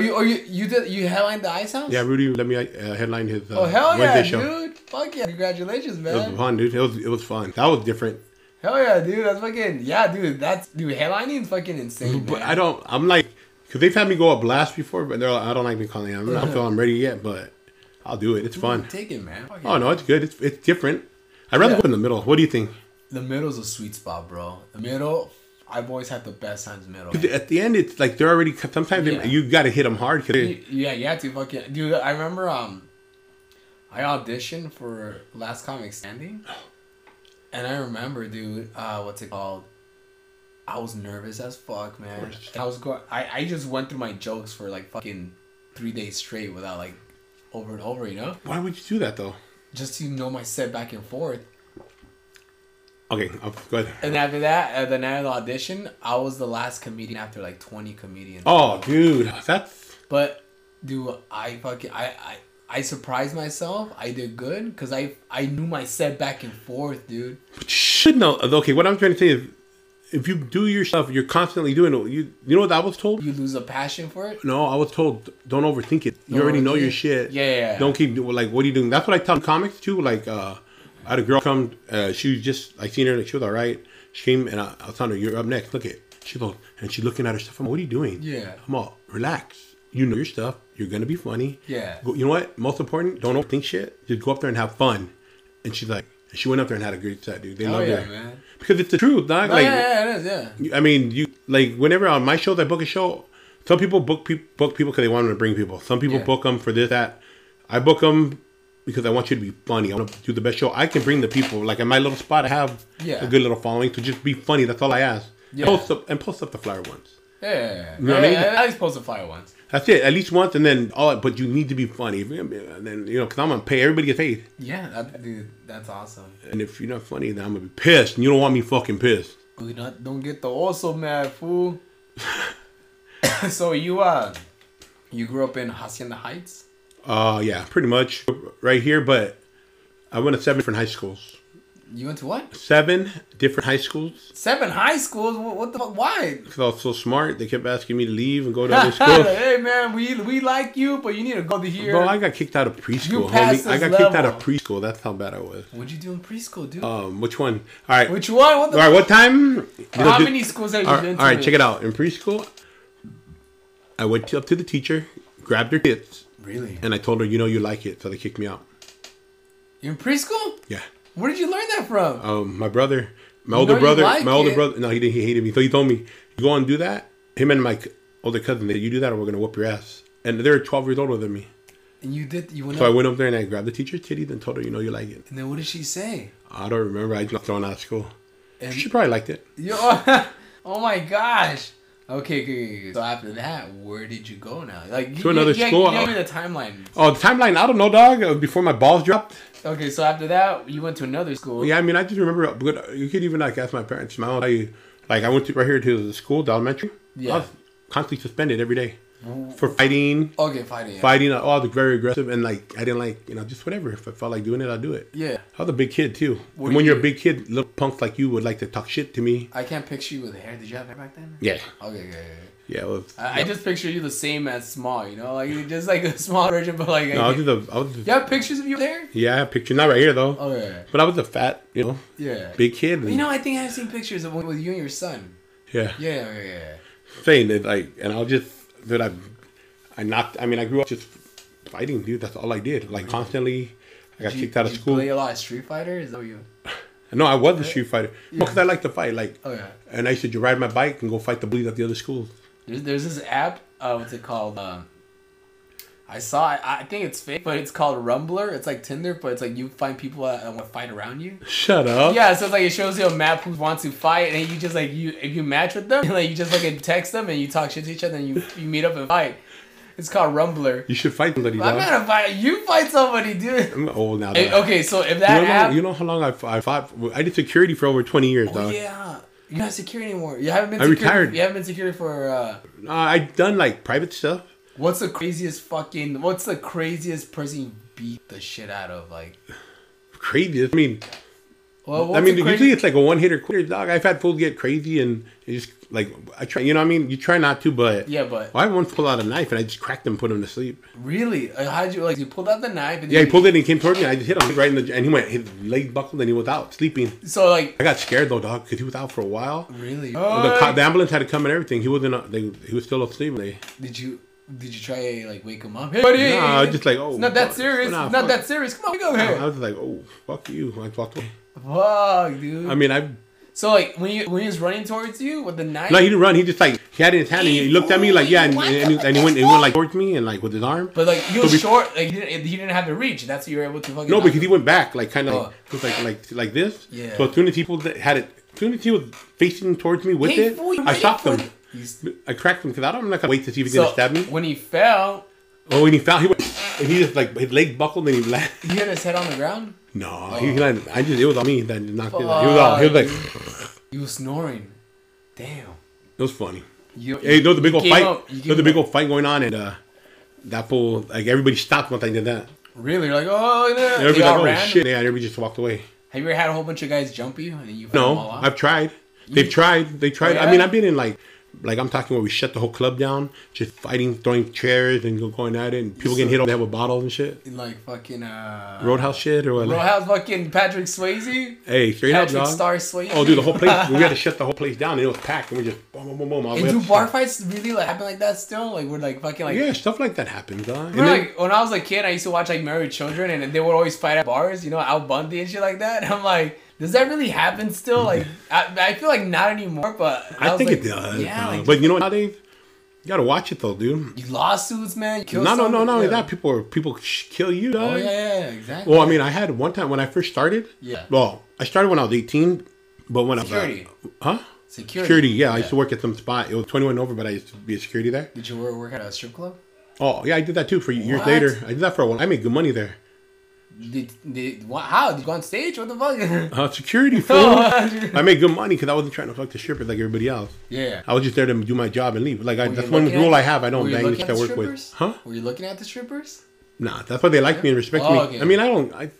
S2: you, or you, you did you headlined the Ice House?
S3: Yeah, Rudy let me uh, headline his uh,
S2: Oh hell
S3: Wednesday
S2: yeah,
S3: show.
S2: dude! Fuck yeah! Congratulations,
S3: It was
S2: man.
S3: fun, dude. It was it was fun. That was different.
S2: Hell yeah, dude! That's fucking yeah, dude. That's dude. Headlining is fucking insane.
S3: But
S2: man.
S3: I don't. I'm like, because they've had me go up last before, but they're. Like, I don't like me calling. I'm not feeling I'm ready yet, but I'll do it. It's fun.
S2: Take it, man. Fuck
S3: Oh
S2: it.
S3: no, it's good. It's it's different. I'd rather
S2: Yeah.
S3: go in the middle. What do you think?
S2: The middle's a sweet spot, bro. The middle, I've always had the best times middle.
S3: 'Cause At the end, it's like they're already. Sometimes they-
S2: Yeah.
S3: you got to hit them hard. 'cause they-
S2: yeah, you had to fucking dude. I remember um, I auditioned for Last Comic Standing, and I remember, dude, uh, what's it called? I was nervous as fuck, man. I was going. I I just went through my jokes for like fucking three days straight without like over and over, you know,
S3: why would you do that though?
S2: just to know my set back and forth.
S3: Okay, I'll, go ahead.
S2: And after that, at the night of the audition, I was the last comedian after like twenty comedians.
S3: Oh, dude, that's
S2: But dude, I fucking I I, I surprised myself. I did good because I I knew my set back and forth, dude.
S3: but you should know. Okay, what I'm trying to say is, if you do your stuff, you're constantly doing it. You you know what I was told.
S2: You lose a passion for it.
S3: No, I was told don't overthink it. You
S2: Don't
S3: already know
S2: overthink
S3: your
S2: it.
S3: shit.
S2: Yeah, yeah, yeah.
S3: Don't keep doing like what are you doing? That's what I tell comics too. Like uh I had a girl come uh she was just I seen her and she was all right. She came and I, I was telling her, You're up next, look it. She goes and she's looking at her stuff. I'm what are you doing?
S2: Yeah.
S3: I'm all relax. You know your stuff. You're gonna be funny.
S2: Yeah.
S3: Go, you know what? Most important, don't overthink shit. Just go up there and have fun. And she's like and she went up there and had a great set, dude. They
S2: Oh
S3: loved
S2: yeah,
S3: her.
S2: man.
S3: Because it's the truth, dog.
S2: No,
S3: like
S2: yeah, yeah, it is. Yeah.
S3: you- I mean, you like whenever on my shows I book a show. Some people book pe- book people because they want them to bring people. Some people
S2: Yeah.
S3: book them for this that. I book them because I want you to be funny. I want to do the best show I can bring the people. Like in my little spot, I have
S2: Yeah.
S3: a good little following. So just be funny. That's all I ask.
S2: Yeah.
S3: Post up and post up the flyer once.
S2: Yeah, yeah, yeah.
S3: know what I
S2: Yeah,
S3: mean?
S2: yeah, I was supposed to fire once.
S3: That's it. At least once, and then all. But you need to be funny. And then you know, because I'm gonna pay. Everybody gets paid.
S2: Yeah, that, dude, that's awesome.
S3: And if you're not funny, then I'm gonna be pissed. And you don't want me fucking pissed.
S2: Dude, not, don't get the also mad fool. [laughs] so you uh, you grew up in Hacienda Heights.
S3: Uh, yeah, pretty much right here. But I went to seven different high schools.
S2: You went to what?
S3: Seven different high schools.
S2: Seven hhigh schools. What, what the fuck? Why?
S3: 'Cause I was so smart, they kept asking me to leave and go to other schools.
S2: [laughs] hey man, we we like you, but you need to go to here.
S3: Bro, I got kicked out of preschool,
S2: passed
S3: homie. I
S2: this
S3: got kicked out
S2: level.
S3: of preschool. That's how bad I was.
S2: What'd you do in preschool, dude?
S3: Um, which one? All right.
S2: Which one? What the?
S3: all right. What time? You know,
S2: how
S3: dude-
S2: many schools have you
S3: All right,
S2: been to?
S3: all right, check it out. In preschool, I went to, up to the teacher, grabbed her kids,
S2: Really?
S3: and I told her, "You know, you like it," so they kicked me out.
S2: You're in preschool?
S3: Yeah.
S2: Where did you learn that from?
S3: Um, my brother, my older
S2: know you
S3: brother,
S2: like
S3: my older
S2: it.
S3: brother. No, he didn't. He hated me. So he told me, "You go and do that." Him and my c- older cousin, that you do that, or we're gonna whoop your ass. And they're 12 years older than me.
S2: and you did. You went
S3: So I
S2: up.
S3: went up there and I grabbed the teacher's titty, then told her, "You know, you like it."
S2: and then what did she say?
S3: I don't remember. I just got thrown out of school.
S2: And-
S3: she probably liked it.
S2: Yo, [laughs] oh my gosh. Okay, okay, okay, okay. so after that, where did you go now? Like you-
S3: To another
S2: you- you-
S3: school.
S2: You gave me the timeline.
S3: Oh, the timeline. I don't know, dog. Uh, Before my balls dropped.
S2: Okay, so after that, you went to another school.
S3: Oh, Yeah, I mean, I just remember. uh, But you could even like ask my parents. My mom, I, like I went to right here to the school, the elementary.
S2: Yeah. Oh.
S3: I was constantly suspended every day for fighting,
S2: Okay, fighting.
S3: fighting. Oh, I was very aggressive, and like I didn't like you know just whatever. If I felt like doing it, I'd do it.
S2: Yeah,
S3: I was a big kid too.
S2: What
S3: and
S2: do
S3: when
S2: you
S3: you're a
S2: do?
S3: big kid, little punks like you would like to talk shit to me.
S2: I can't picture you with hair. Did you have hair back then?
S3: Yeah,
S2: Okay, okay, okay.
S3: yeah. I was,
S2: I, I just picture you the same as small. You know, like you're just like a [laughs] small version, but like.
S3: no, I
S2: I
S3: was
S2: can't-
S3: just a, I was just,
S2: you have pictures of you there?
S3: yeah. I have picture not right here though.
S2: Okay.
S3: But I was a fat, you know,
S2: Yeah.
S3: big kid. And,
S2: Oh. You know, I think I've seen pictures of with you and your son.
S3: yeah.
S2: Yeah, yeah, yeah.
S3: saying that like and I'll just that I I knocked I mean I grew up just fighting dude that's all I did like constantly I got
S2: Did you-
S3: kicked out of
S2: did you
S3: school
S2: Play a lot of Street Fighter. Is that what you?
S3: no I was a street fighter because I like to fight like
S2: Oh yeah.
S3: and I used to ju- ride my bike and go fight the bullies at the other schools [laughs]
S2: There's, there's this app. Uh, what's it called? Um, I saw. it. I think it's fake, but it's called Rumbler. It's like Tinder, but it's like you find people that want to fight around you.
S3: shut up
S2: Yeah, so it's like it shows you a map who wants to fight, and you just like you if you match with them, [laughs] like you just fucking text them and you talk shit to each other, and you you meet up and fight. It's called Rumbler.
S3: you should fight somebody
S2: I'm
S3: dog.
S2: not a fight. You fight somebody, dude.
S3: I'm old now
S2: Hey,
S3: dog.
S2: okay, so if
S3: you,
S2: that
S3: know, how-
S2: app,
S3: you know how long I, f- I fought for- I did security for over 20 years
S2: oh,
S3: dog
S2: yeah, you're not security anymore. You haven't been.
S3: I
S2: security-
S3: retired.
S2: You haven't been security for. Uh,
S3: uh, I done like private stuff
S2: What's the craziest fucking? What's the craziest person you beat the shit out of? Like,
S3: crazy I mean
S2: well, what's
S3: I mean,
S2: the
S3: usually
S2: crazy-
S3: it's like a one hitter quitter, dog. I've had fools get crazy and it just like I try, you know. what I mean, you try not to, but
S2: Yeah, but-
S3: Well, I had one pull out a knife and I just cracked him, put him to sleep.
S2: really. Like, how'd you like? You pulled out the knife. And
S3: Yeah,
S2: you,
S3: he pulled it and he came toward me. I just hit him right in the and he went his leg buckled and he was out sleeping.
S2: So like,
S3: I got scared though, dog, because he was out for a while.
S2: really?
S3: The, co- the ambulance had to come and everything. He wasn't. uh, They, he was still asleep. They,
S2: did you? Did you try like wake him up? Hey, buddy.
S3: Nah, just like, oh,
S2: It's not that
S3: fuck.
S2: serious.
S3: Nah,
S2: it's not
S3: fuck.
S2: that serious. Come on, wake up
S3: I
S2: here.
S3: was like, oh fuck you! I walked away.
S2: Fuck, dude.
S3: I mean, I
S2: so like, when you when he was running towards you with the knife,
S3: no, he didn't run. He just like he had it in his hand and he looked at me like yeah, and, and, he, and he went, he went like towards me and like with his arm.
S2: but like you was
S3: So be-
S2: short. Like, he didn't, he didn't have the reach. That's what you were able to fucking.
S3: No,
S2: knock
S3: because
S2: him.
S3: he went back, like kind of
S2: Oh.
S3: like, he was like like like this.
S2: Yeah.
S3: So as soon as he pulled it, had it, as soon as he was facing towards me with
S2: Hey,
S3: it,
S2: fool, you
S3: I
S2: ready
S3: stopped
S2: for
S3: him.
S2: this?
S3: I cracked him because I'm not gonna wait to see if he's
S2: So
S3: gonna stab me.
S2: when he fell,
S3: Oh, and he found he went, and he just like his leg buckled and he landed.
S2: he hit his head on the ground.
S3: [laughs] No, he landed. I just it was on me that knocked it. Out. He was all he was like
S2: You was snoring. Damn.
S3: it was funny.
S2: You,
S3: Hey, there was a big
S2: you
S3: old
S2: gave
S3: fight.
S2: up. You
S3: There was a
S2: gave
S3: big
S2: up.
S3: old fight going on, and uh, that fool like everybody stopped once I did that.
S2: Really? You're like, oh, no.
S3: Everybody
S2: They all
S3: like, oh
S2: ran?
S3: shit, yeah, everybody just walked away.
S2: Have you ever had a whole bunch of guys jump you and then you?
S3: No,
S2: them all out?
S3: I've tried. They've tried. They tried.
S2: yeah?
S3: I mean, I've been in like, like I'm talking where we shut the whole club down, just fighting, throwing chairs and go- going at it, and people getting hit over the head with bottles and shit.
S2: like fucking uh.
S3: Roadhouse shit or what?
S2: Bro,
S3: Like,
S2: how's fucking Patrick Swayze?
S3: hey, straight up,
S2: Patrick
S3: dog.
S2: Star Swayze.
S3: Oh, dude, the whole place. we had to shut the whole place down, and it was packed, and we just boom, boom, boom, boom. all the
S2: And
S3: way
S2: do
S3: up.
S2: bar fights really like happen like that still? Like we're like fucking like.
S3: Yeah, stuff like that happens, dog. And
S2: Remember,
S3: then-
S2: like when I was a kid, I used to watch like Married Children, and they would always fight at bars, you know, Al Bundy and shit like that. [laughs] And I'm like, does that really happen still?
S3: [laughs]
S2: Like, I, I feel like not anymore, but
S3: I
S2: was
S3: think
S2: like,
S3: it does.
S2: Yeah,
S3: dog.
S2: like,
S3: but you know what? Nowadays, you gotta watch it though, dude.
S2: lawsuits, man. you kill
S3: No, no, no,
S2: someone,
S3: no.
S2: yeah.
S3: That people are people sh- kill you, dog.
S2: Oh yeah, yeah, yeah, exactly.
S3: Well, I mean, I had one time when I first started.
S2: Yeah.
S3: Well, I started when I was 18, but when
S2: Security.
S3: I was. Uh, huh?
S2: security.
S3: Security, yeah, I used to work at some spot. It was 21 over, but I used to be a security there.
S2: Did you work, work at a strip club?
S3: Oh, yeah, I did that too for years
S2: What?
S3: later. I did that for a while. I made good money there.
S2: Did, did what, how did you go on stage? What the fuck? [laughs]
S3: Uh, security, fool.
S2: Oh.
S3: I made good money because I wasn't trying to fuck the strippers like everybody else.
S2: yeah.
S3: I was just there to do my job and leave. Like, I,
S2: Were you
S3: Oh, that's one
S2: looking at
S3: rule I
S2: the-
S3: have. I don't
S2: were you
S3: bang
S2: looking
S3: the shit
S2: at
S3: I
S2: the
S3: work with.
S2: strippers?
S3: Huh?
S2: Were you looking at the strippers?
S3: Nah, that's why they like me and respect
S2: Oh,
S3: me.
S2: okay.
S3: I mean, I don't, I,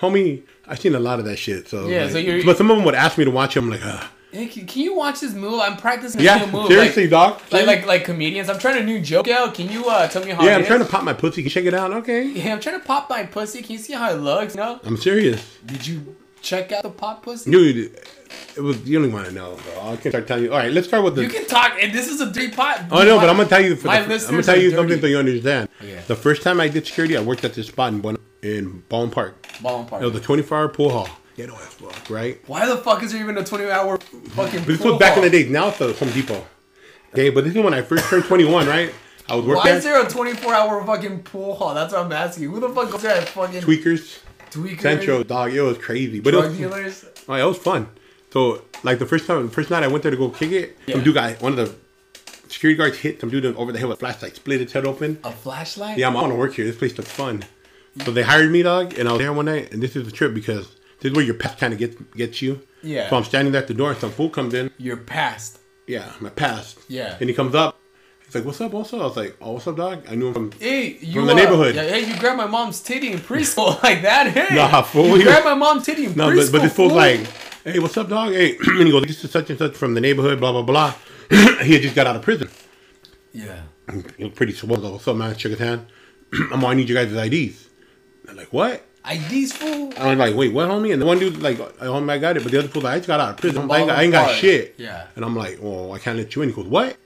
S3: homie, I've seen a lot of that shit. So,
S2: Yeah,
S3: like-
S2: so you're-
S3: but some of them would ask me to watch them. I'm like, Ugh.
S2: Hey, can, can you watch this move? I'm practicing a
S3: yeah,
S2: new move.
S3: seriously,
S2: like,
S3: dog.
S2: like, like like comedians. I'm trying a new joke out. Can you uh, tell me how?
S3: yeah,
S2: it
S3: I'm
S2: is?
S3: trying to pop my pussy. Check it out. Okay,
S2: [laughs] Yeah, I'm trying to pop my pussy. Can you see how it looks? No.
S3: I'm serious,
S2: Did you check out the pop pussy?
S3: dude. It was you don't want to know. Bro. I can start telling you. All right, let's start with the.
S2: You can talk, and this is a three pot.
S3: Oh no, but I'm gonna tell you. For
S2: My
S3: the, I'm gonna
S2: listeners
S3: tell
S2: are
S3: you
S2: dirty.
S3: something so you understand.
S2: Okay.
S3: The first time I did security, I worked at this spot in Bon- in Ballin Park.
S2: Ballin' Park.
S3: It was a 24 hour pool hall. Ghetto as fuck, right?
S2: Why the fuck is there even a 20 hour fucking?
S3: But this
S2: pool
S3: was back
S2: hall?
S3: in the days. Now it's the Home Depot. Okay, but this is when I first turned 21, right? I was working
S2: Why is
S3: at
S2: there a 24 hour fucking pool hall? That's what I'm asking. Who the fuck goes there at fucking
S3: Tweakers,
S2: tweakers,
S3: Central, dog. It was crazy, but it
S2: drug
S3: was,
S2: dealers?
S3: oh, it was fun. So like the first time, the first night I went there to go kick it, some
S2: Yeah.
S3: dude got one of the security guards hit some dude over the head with a flashlight, split his head open.
S2: A flashlight?
S3: yeah, I'm, I want to work here. This place looks fun. So they hired me, dog, and I was there one night. And this is the trip because this is where your past kind of gets gets you.
S2: Yeah.
S3: So I'm standing there at the door, and some fool comes in.
S2: You're past.
S3: Yeah, my past.
S2: Yeah.
S3: And he comes up. He's like, "What's up, also?" I was like, "Oh, what's up, dog?" I knew him from.
S2: Hey, you
S3: From the neighborhood.
S2: Yeah, hey, you grabbed my mom's titty in preschool [laughs] like that. Hey,
S3: Nah, fool,
S2: You
S3: you-
S2: grabbed my mom's titty in
S3: No,
S2: preschool.
S3: but, but this fool's
S2: fool.
S3: like, "Hey, what's up, dog?" Hey, [clears throat] and he goes, "This is such and such from the neighborhood, blah blah blah." [clears throat] he had just got out of prison.
S2: yeah.
S3: He was pretty swole though. What's up, man? Shook his hand. [clears throat] I'm all, I need you guys' IDs. They're like, "What?"
S2: IDs fool.
S3: I was like, wait, what, homie? And the one dude like, oh my god, but the other fool's like, I just got out of prison. I ain't, got- I ain't got
S2: Ballin'
S3: shit.
S2: hard. Yeah.
S3: And I'm like, well, I can't let you in. He goes, what?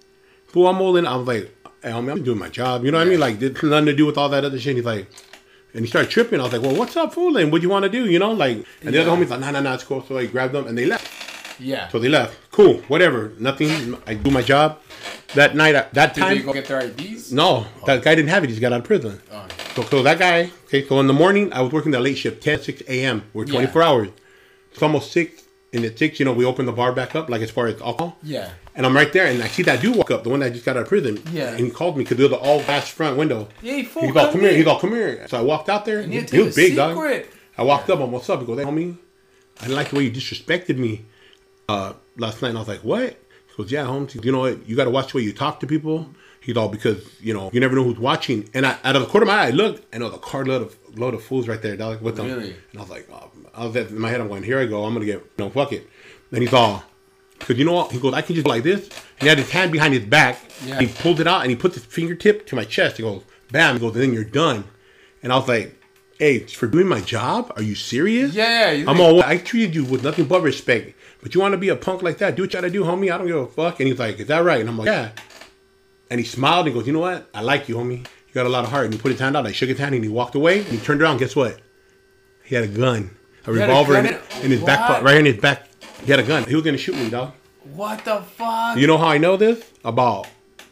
S3: Fool, I'm old and I was like, hey, homie, I'm doing my job. You know what I mean? Like, it's nothing to do with all that other shit. He's like, and he started tripping. I was like, well, what's up, fool? And what do you want to do? You know, like, and the other
S2: Yeah.
S3: homie's like, nah, nah, nah, it's cool. So I grabbed them and they left.
S2: Yeah.
S3: So they left. Cool, whatever, nothing. I do my job. That night, I- that
S2: Did they
S3: time,
S2: go get their IDs?
S3: no, that guy didn't have it. He just got out of prison.
S2: Oh.
S3: So, so that guy, okay, so in the morning, I was working the late shift, 10, 6 a.m. We're 24 hours. It's almost 6. And at 6, you know, we open the bar back up, like as far as alcohol.
S2: Yeah.
S3: And I'm right there, and I see that dude walk up, the one that just got out of prison.
S2: Yeah.
S3: And he called me because they're the all glass front window.
S2: Hey, fool,
S3: He's all,
S2: come
S3: come here.
S2: in."
S3: He's all, come here. So I walked out there.
S2: need
S3: He,
S2: to
S3: he was
S2: tell you a
S3: big, dog.
S2: secret.
S3: I walked up. I'm, what's up? He goes, hey, homie, I didn't like the way you disrespected me uh, last night. And I was like, what? He goes, yeah, homie. You know what? You got to watch the way you talk to people. He's all, because, you know, you never know who's watching. And I, out of the corner of my eye, I looked, and there was a car load of, load of fools right there, dog, with them.
S2: Really?
S3: And I was like, oh, I was at, in my head, I'm going, here I go. I'm going to get, no, fuck it. And he's all, because you know what? He goes, I can just go like this. And he had his hand behind his back.
S2: Yeah.
S3: And he pulled it out and he put his fingertip to my chest. He goes, bam. He goes, and then you're done. And I was like, hey, for doing my job? Are you serious?
S2: Yeah, you
S3: I'm
S2: think-
S3: all, I treated you with nothing but respect. But you want to be a punk like that? Do what you got to do, homie. I don't give a fuck. And he's like, is that right? And I'm like, yeah. And he smiled and goes, you know what? I like you, homie. You got a lot of heart. And he put his hand out. I shook his hand and he walked away. And he turned around. Guess what? He had a gun, a
S2: had a
S3: revolver
S2: gun
S3: in,
S2: in-
S3: in his back,
S2: What?
S3: pocket, right in his back. He had a gun. He was gonna shoot me, dog.
S2: What the fuck?
S3: You know how I know this? About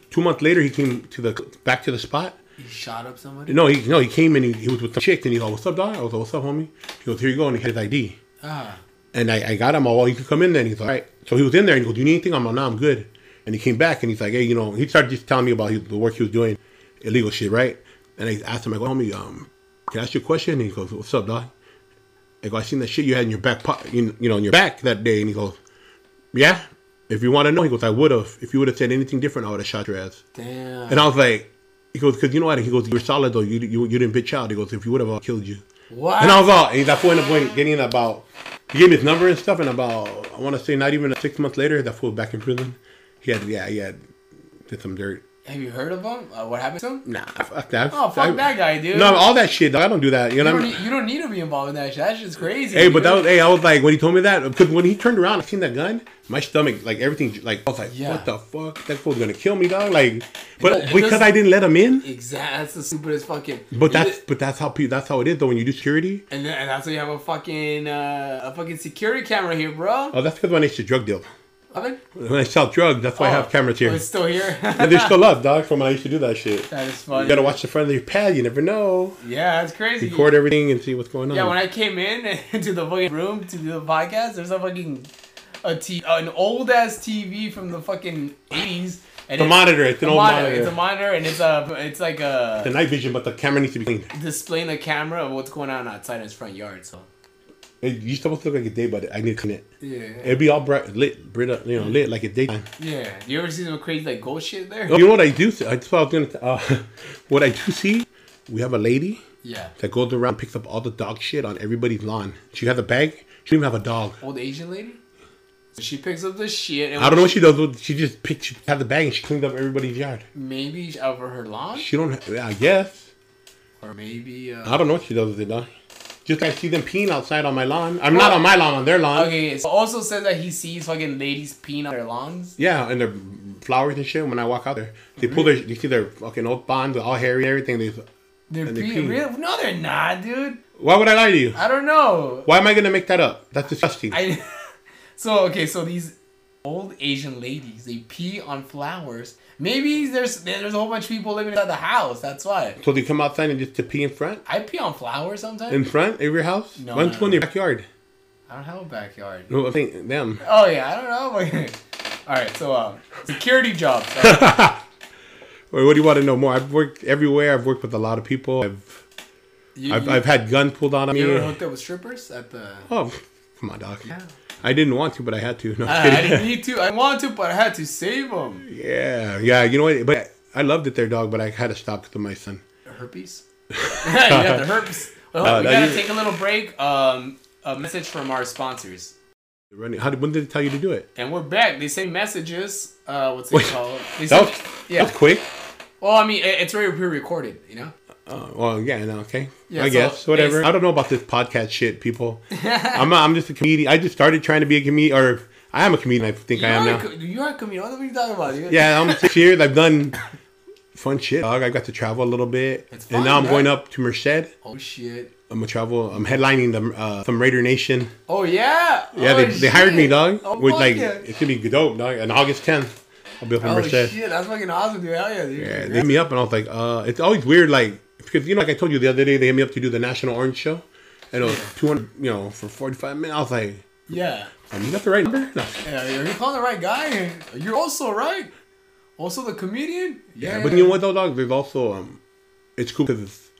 S3: two months later, he came to the back to the spot.
S2: he shot up somebody.
S3: No, he no, he came and he, he was with the chick, and he's like, "What's up, dog?" I was like, "What's up, homie?" He goes, "Here you go," and he had his ID.
S2: Ah.
S3: And I, I got him all, you can come in there. And he's like, all right. So he was in there and he goes, do you need anything? I'm like, no, I'm good. And he came back and he's like, hey, you know, he started just telling me about his, the work he was doing, illegal shit, right? And I asked him, I go, homie, um, can I ask you a question? And he goes, what's up, dog? I go, I seen that shit you had in your back, po- you, you know, in your back that day. And he goes, yeah. If you want to know, he goes, I would have. If you would have said anything different, I would have shot your ass.
S2: Damn.
S3: And I was like, he goes, because you know what? He goes, you're solid though. You, you, you didn't bitch out. He goes, if you would have, I killed you.
S2: What?
S3: And I was all, and that fool ended up going- getting about, he gave me his number and stuff, and about, I want to say not even six months later, that fool was back in prison. He had, yeah, he had, did some dirt.
S2: Have you heard of him? Uh, what happened to him?
S3: Nah, fuck that.
S2: Oh, fuck that guy, dude.
S3: No, all that shit, dog, I don't do that. You
S2: You
S3: know
S2: don't,
S3: what I mean?
S2: need, you don't need to be involved in that shit. That's just crazy.
S3: Hey, but that
S2: dude.
S3: was, hey, I was like, when he told me that, because when he turned around, I seen that gun, my stomach, like everything, like, I was like,
S2: Yeah.
S3: what the fuck? That fool's gonna kill me, dog. Like, but
S2: It- it
S3: because
S2: does-
S3: I didn't let him in,
S2: Exactly. That's the stupidest fucking.
S3: but
S2: You
S3: that's,
S2: did-
S3: but that's how, pe- that's how it is, though, when you do security.
S2: and, then, and that's why you have a fucking uh, a fucking security camera here, bro.
S3: Oh, that's because when I used to drug deal.
S2: Oven?
S3: When I sell drugs, that's why I have cameras here.
S2: Oh. It's still here.
S3: And they're still up, dog, from when I used to do that
S2: [laughs]
S3: shit.
S2: that is
S3: You
S2: funny.
S3: gotta watch the front of your pad, you never know.
S2: Yeah, that's crazy.
S3: Record everything and see what's going on.
S2: Yeah, when I came in [laughs] to the fucking room to do the podcast, there's a fucking a t- an old ass TV from the fucking 80s. And
S3: the monitor, it's an
S2: a
S3: old
S2: monitor.
S3: monitor.
S2: It's a monitor, and it's a it's like
S3: the
S2: a
S3: night vision, but the camera needs to be cleaned.
S2: displaying the camera of what's going on outside in his front yard. So
S3: It, you're supposed to look like a day, but I need to clean it.
S2: yeah,
S3: It'd be all bright, lit, bright, up, you know, lit like a daytime.
S2: yeah. You ever see some crazy like ghost shit there?
S3: [laughs] You know what I do see? I, that's what I was gonna. Uh, what I do see we have a lady
S2: Yeah.
S3: that goes around and picks up all the dog shit on everybody's lawn. She has a bag. She didn't even have a dog.
S2: Old Asian lady. So she picks up the shit and
S3: I don't know what she does. with- She just picks. She has a bag and she cleans up everybody's yard.
S2: maybe over her lawn
S3: She don't. ha- I guess
S2: or maybe. Uh,
S3: I don't know what she does with it though. Just I see them peeing outside on my lawn. I'm not on my lawn. On their lawn.
S2: Okay, so also says that he sees fucking ladies peeing on their lawns.
S3: Yeah, and their flowers and shit. When I walk out there, they pull their. You see their fucking old bonds, all hairy, and everything. They, just-
S2: They're
S3: And they
S2: peeing.
S3: pee.
S2: Real? No, they're not, dude.
S3: why would I lie to you?
S2: I don't know.
S3: Why am I gonna make that up? That's disgusting.
S2: I. [laughs] So okay, so these old Asian ladies they pee on flowers. Maybe there's there's a whole bunch of people living inside the house. That's why
S3: so they come outside and just to pee in front,
S2: I pee on flowers sometimes.
S3: in front of your house.
S2: No,
S3: One
S2: no,
S3: in your backyard.
S2: I don't have a backyard.
S3: No, I think them.
S2: Oh yeah, I don't know. [laughs] All right, so um, security
S3: [laughs]
S2: jobs. Uh,
S3: Or what do you want to know more? I've worked everywhere. I've worked with a lot of people. I've
S2: you,
S3: I've,
S2: you-
S3: I've had gun pulled on me.
S2: you ever hooked up with strippers at the?
S3: Oh, come on, dog.
S2: Yeah.
S3: I didn't want to, but I had to. No, I'm
S2: Ah, I, I
S3: kidding.
S2: didn't need to. I wanted to, but I had to save them.
S3: [laughs] yeah, yeah. You know what? But I loved it there, dog. But I had to stop because of my son. [laughs]
S2: herpes. yeah, the herpes. Well,
S3: Uh,
S2: we
S3: that
S2: gotta
S3: is-
S2: take a little break. Um, a message from our sponsors,
S3: Running. How did, when did they tell you to do it?
S2: and we're back. They send messages. Uh, what's it
S3: Wait,
S2: called? They
S3: That
S2: send,
S3: was, that
S2: yeah.
S3: was quick.
S2: Well, I mean, it- it's already pre-recorded. You know.
S3: Oh, well, yeah, no, okay.
S2: Yeah,
S3: I
S2: so
S3: guess whatever.
S2: it's-
S3: I don't know about this podcast shit,
S2: [laughs]
S3: people. I'm a, I'm just a comedian. I just started trying to be a comedian, or I am a comedian. I think I am
S2: You're
S3: now.
S2: a co- you are a comedian. What are you talking about? dude?
S3: yeah,
S2: [laughs]
S3: I'm six years. I've done fun shit. Dog. I got to travel a little bit,
S2: It's fun,
S3: and now I'm
S2: right?
S3: going up to Merced.
S2: Oh shit.
S3: I'm gonna travel. I'm headlining the uh, some Raider Nation.
S2: Oh yeah.
S3: Yeah,
S2: Oh,
S3: they, they hired me,
S2: shit.
S3: dog.
S2: Oh,
S3: with
S2: fuck
S3: like
S2: yeah.
S3: it's gonna be dope, dog. On August 10th, I'll be up in
S2: Oh
S3: Merced.
S2: shit, that's fucking awesome, dude. Hell yeah, dude.
S3: Yeah, they hit me up and I was like, uh, it's always weird, like because you know, like I told you the other day, they hit me up to do the National Orange Show, and it was 200, you know, for 45 minutes. I was like,
S2: yeah.
S3: um, you got the right number? No.
S2: Yeah, Are you calling the right guy? You're also right. Also the comedian.
S3: Yeah, but you know what though, dog? There's also um, it's cool because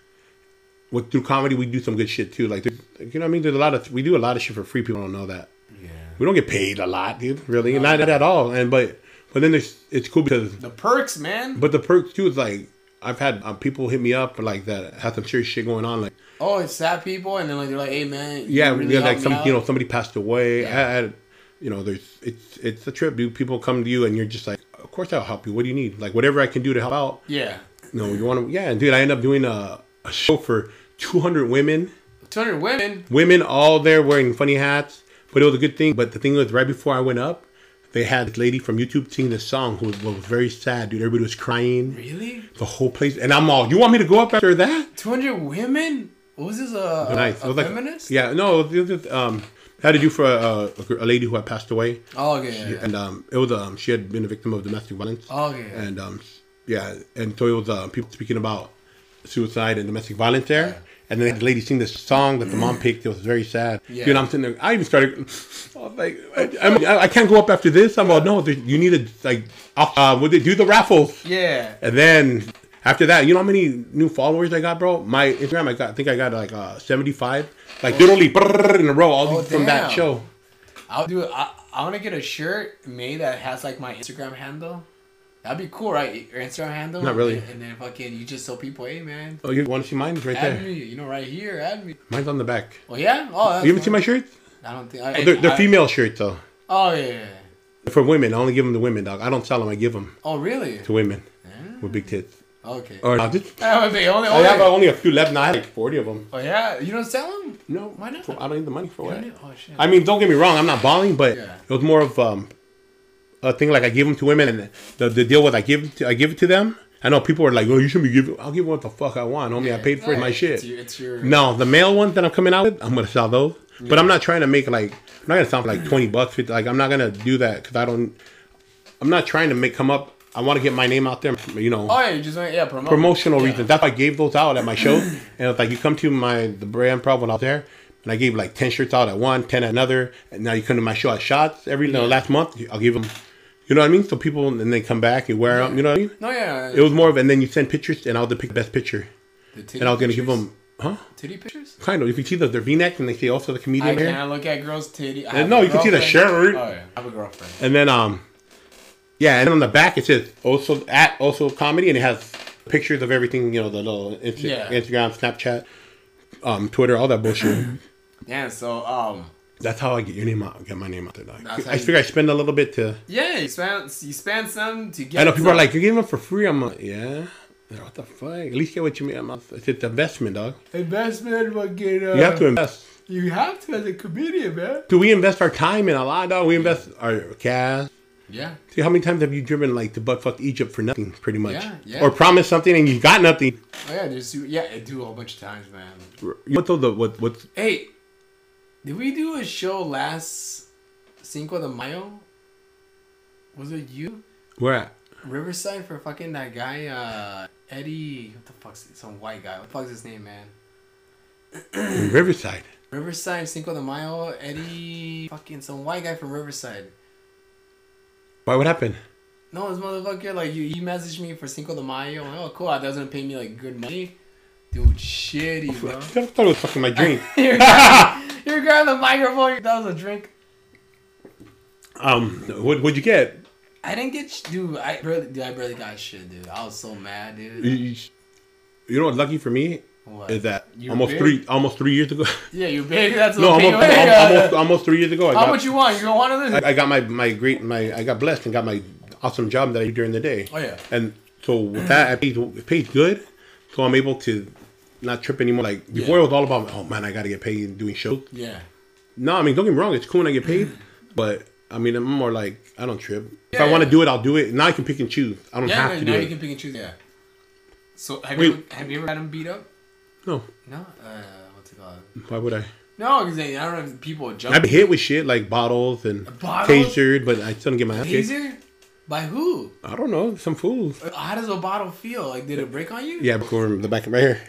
S3: with through comedy we do some good shit too. Like, there's- like, you know what I mean? There's a lot of we do a lot of shit for free. People don't know that.
S2: Yeah.
S3: We don't get paid a lot, dude. Really, not, not at all. And but but then there's it's cool because
S2: The perks, man.
S3: but the perks too is like I've had um, people hit me up like that had some serious shit going on like.
S2: Oh, it's sad people, and then like they're like, "Hey, man, you
S3: yeah, yeah, like
S2: helped me
S3: some you know
S2: out."
S3: somebody passed away.
S2: Yeah.
S3: I, I, you know, there's it's it's a trip. dude. People come to you and you're just like, of course I'll help you. What do you need? Like whatever I can do to help out.
S2: yeah,
S3: No, you want to? Yeah, dude, I end up doing a, a show for 200 women.
S2: two hundred women.
S3: Women all there wearing funny hats, but it was a good thing. But the thing was, right before I went up, they had this lady from YouTube sing this song who was, was very sad, dude. Everybody was crying.
S2: Really,
S3: The whole place, and I'm all, you want me to go up after that?
S2: two hundred women? What was this a, a,
S3: nice.
S2: a
S3: it was like,
S2: feminist?
S3: Yeah, no, it was just, um, had to do for a, a, gr- a lady who had passed away,
S2: Oh, okay. Yeah, yeah.
S3: and um, it was um, she had been a victim of domestic violence.
S2: Oh, okay.
S3: And um, yeah, and so it was uh, people speaking about suicide and domestic violence there. And then the lady sing this song that the mom picked. It was very sad.
S2: Mm. Yeah.
S3: Dude, I'm sitting there. I even started. [laughs] I was like, I, I'm, I I can't go up after this. I'm all no. there- You need to like, uh, would they do the raffles?
S2: yeah.
S3: And then after that, you know how many new followers I got, bro? My Instagram, I got, I think I got like uh, 75. Like literally brrrr in a row, all
S2: Oh,
S3: these from
S2: damn.
S3: that show.
S2: I'll do. I I want to get a shirt made that has like my Instagram handle. That'd be cool, right? Your Instagram handle.
S3: Not really.
S2: And, and then fucking you just tell people, "Hey, man,
S3: Oh, you want to see mine? It's right
S2: add
S3: there.
S2: me. You know, right here, add me."
S3: Mine's on the back.
S2: Oh yeah. Oh, that's
S3: You haven't seen my
S2: fine.
S3: shirts?
S2: I don't think. I,
S3: Oh, they're,
S2: I-
S3: they're female shirts though.
S2: Oh yeah, yeah. yeah.
S3: For women, I only give them to women, dog. I don't sell them. I give them
S2: Oh really?
S3: to women with big tits.
S2: Okay. [laughs]
S3: Or no, just,
S2: Oh, they only-
S3: I have
S2: only-
S3: only a few left now. I have like forty of them.
S2: oh yeah. You don't sell them?
S3: No,
S2: Why not?
S3: I don't need the money for what.
S2: Oh shit.
S3: I mean, don't get me wrong. I'm not balling, but
S2: Yeah.
S3: it was more of um, a thing like I give them to women, and the, the deal was I give to, I give it to them. I know people are like, "Oh, you shouldn't be giving." I'll give what the fuck I want, homie. I paid for it, my
S2: Right.
S3: shit.
S2: It's your, it's your
S3: No, the male ones that I'm coming out with, I'm gonna sell those. But I'm not trying to make like I'm not gonna sound like twenty bucks. 50, like I'm not gonna do that because I don't. I'm not trying to make come up. I want to get my name out there. You know,
S2: Oh yeah, you just went yeah promote.
S3: promotional
S2: yeah.
S3: reasons. That's why I gave those out at my shows. and it's like you come to my the brand prov when I was there, and I gave like ten shirts out at one, ten at another. And now you come to my show at shots every you know, last month. I'll give them, you know what I mean. So people and they come back, you wear them, you know what I mean.
S2: No yeah.
S3: It was more of, and then you send pictures, and I'll pick the best picture,
S2: the titty
S3: and I was gonna give
S2: pictures?
S3: them, huh?
S2: titty pictures.
S3: Kind of. You can see the, their V-neck, and they see also the
S2: I
S3: comedian here.
S2: can't look at girls' titty. I
S3: And
S2: have
S3: no,
S2: a
S3: you can see the
S2: girlfriend.
S3: shirt.
S2: Oh yeah, I have a girlfriend.
S3: And then um, yeah, and on the back it says also at also comedy, and it has pictures of everything, you know, the little Insta-
S2: Yeah.
S3: Instagram, Snapchat, um, Twitter, all that bullshit.
S2: Damn. So um,
S3: That's how I get your name out, get my name out there. dog.
S2: That's how
S3: I
S2: you-
S3: figure I spend a little bit to.
S2: yeah, you spend you spend some to get.
S3: I know people are
S2: some.
S3: like, you're giving them for free. I'm like, yeah. They're like, What the fuck? At least get what you made. I'm not- It's an investment, dog.
S2: investment, fucking. Uh,
S3: You have to invest.
S2: You have to as a comedian, man.
S3: Do we invest our time in a lot, dog? We invest our cash.
S2: Yeah.
S3: See, how many times have you driven like to butt fuck Egypt for nothing, pretty much?
S2: Yeah, yeah.
S3: Or promised something and you got nothing.
S2: Oh, yeah. There's yeah. I do a whole bunch of times, man.
S3: You know what, though, the, what, what's
S2: Hey, did we do a show last Cinco de Mayo? Was it you?
S3: Where at? [clears throat]
S2: Riverside for fucking that guy, uh, Eddie. What the fuck's some white guy? What the fuck's his name, man?
S3: In Riverside.
S2: Riverside, Cinco de Mayo, Eddie, fucking some white guy from Riverside.
S3: Why? What happened?
S2: No, this motherfucker, like, you, he messaged me for Cinco de Mayo. I'm like, oh, cool, that doesn't pay me, like, good money. Dude, shitty,
S3: I
S2: bro.
S3: thought it was fucking my drink.
S2: [laughs] you're, grabbing, you're grabbing the microphone, that was a drink.
S3: um, what, what'd you get?
S2: I didn't get, sh- dude, I barely, dude, I barely got shit, dude. I was so mad,
S3: You,
S2: dude.
S3: you- you know what's lucky for me?
S2: What?
S3: Is that
S2: You're
S3: almost
S2: big?
S3: three almost three years ago? [laughs]
S2: Yeah, you big, that's
S3: no,
S2: what
S3: almost,
S2: I'm
S3: almost,
S2: saying.
S3: almost three years ago. I
S2: How
S3: got,
S2: much you want? You gonna want to listen?
S3: I, I got my my great my I got blessed and got my awesome job that I do during the day.
S2: Oh, yeah.
S3: And so with that, I paid it paid good, so I'm able to not trip anymore. Like before,
S2: Yeah.
S3: it was all about oh man, I got to get paid and doing shows.
S2: yeah.
S3: No, I mean don't get me wrong, it's cool when I
S2: [clears throat]
S3: get paid, but I mean I'm more like I don't trip. If
S2: Yeah,
S3: I want to
S2: yeah.
S3: do it, I'll do it. Now I can pick and choose. I don't
S2: Yeah,
S3: have to
S2: now
S3: do
S2: you
S3: it.
S2: can pick and choose. Yeah. So have
S3: Wait.
S2: you have you ever had him beat up?
S3: No,
S2: No. Uh, what's it called?
S3: why would I?
S2: No, because I don't know if people would jump.
S3: I've been hit with shit like bottles and
S2: Bottles?
S3: tasered, but I still don't get my ass kicked.
S2: Taser? By who?
S3: I don't know, some fools.
S2: How does a bottle feel? Like, did it break on you?
S3: Yeah, from the back of right here.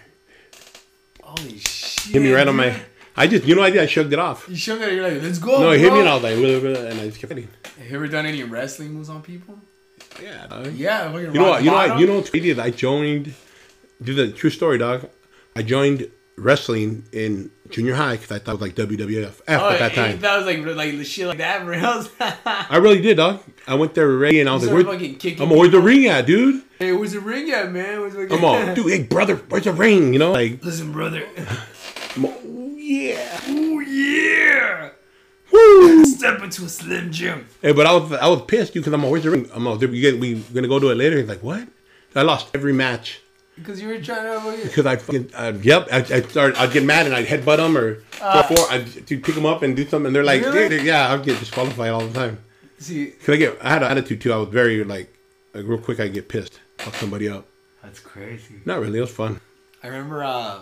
S2: Holy shit!
S3: Hit me right on
S2: dude.
S3: my. I just, you know, what I did. I shrugged it off.
S2: You shook it. You're like, let's go.
S3: No,
S2: Oh, bro.
S3: it hit me and I was like, blah, blah, blah, and I just kept hitting.
S2: Have you ever done any wrestling moves on people?
S3: Yeah.
S2: Yeah. fucking
S3: You know
S2: rock
S3: what? You know what?
S2: bottom.
S3: You know what's crazy is I joined. Dude, the true story, dog. I joined wrestling in junior high because I thought it was like WWF
S2: Oh,
S3: at that
S2: it-
S3: time.
S2: That was like re- like the shit like that, bro. [laughs]
S3: I really did, dog. I went there ready and I was
S2: You
S3: like,
S2: started fucking
S3: where,
S2: kicking
S3: I'm like, where's the ring at, dude?
S2: hey, where's the ring at, man? Where's the [laughs]
S3: I'm all, dude, hey, brother, where's the ring? You know, like,
S2: Listen, brother. [laughs]
S3: I'm all, oh, yeah.
S2: oh yeah.
S3: Woo!
S2: Step into a slim gym.
S3: Hey, but I was I was pissed, dude, because I'm all, where's the ring? I'm all, dude, you get, we gonna go to it later. He's like, what? I lost every match
S2: Because you were trying to.
S3: because I fucking uh, yep. I I start I'd get mad and I'd headbutt them or before I'd dude, pick them up and do something. And they're like,
S2: Uh. Really?
S3: dude, yeah, I'd get disqualified all the time.
S2: See,
S3: Cause I get I had an attitude too. I was very like, like real quick. I get pissed, fuck somebody up.
S2: that's crazy.
S3: Not really. It was fun.
S2: I remember. uh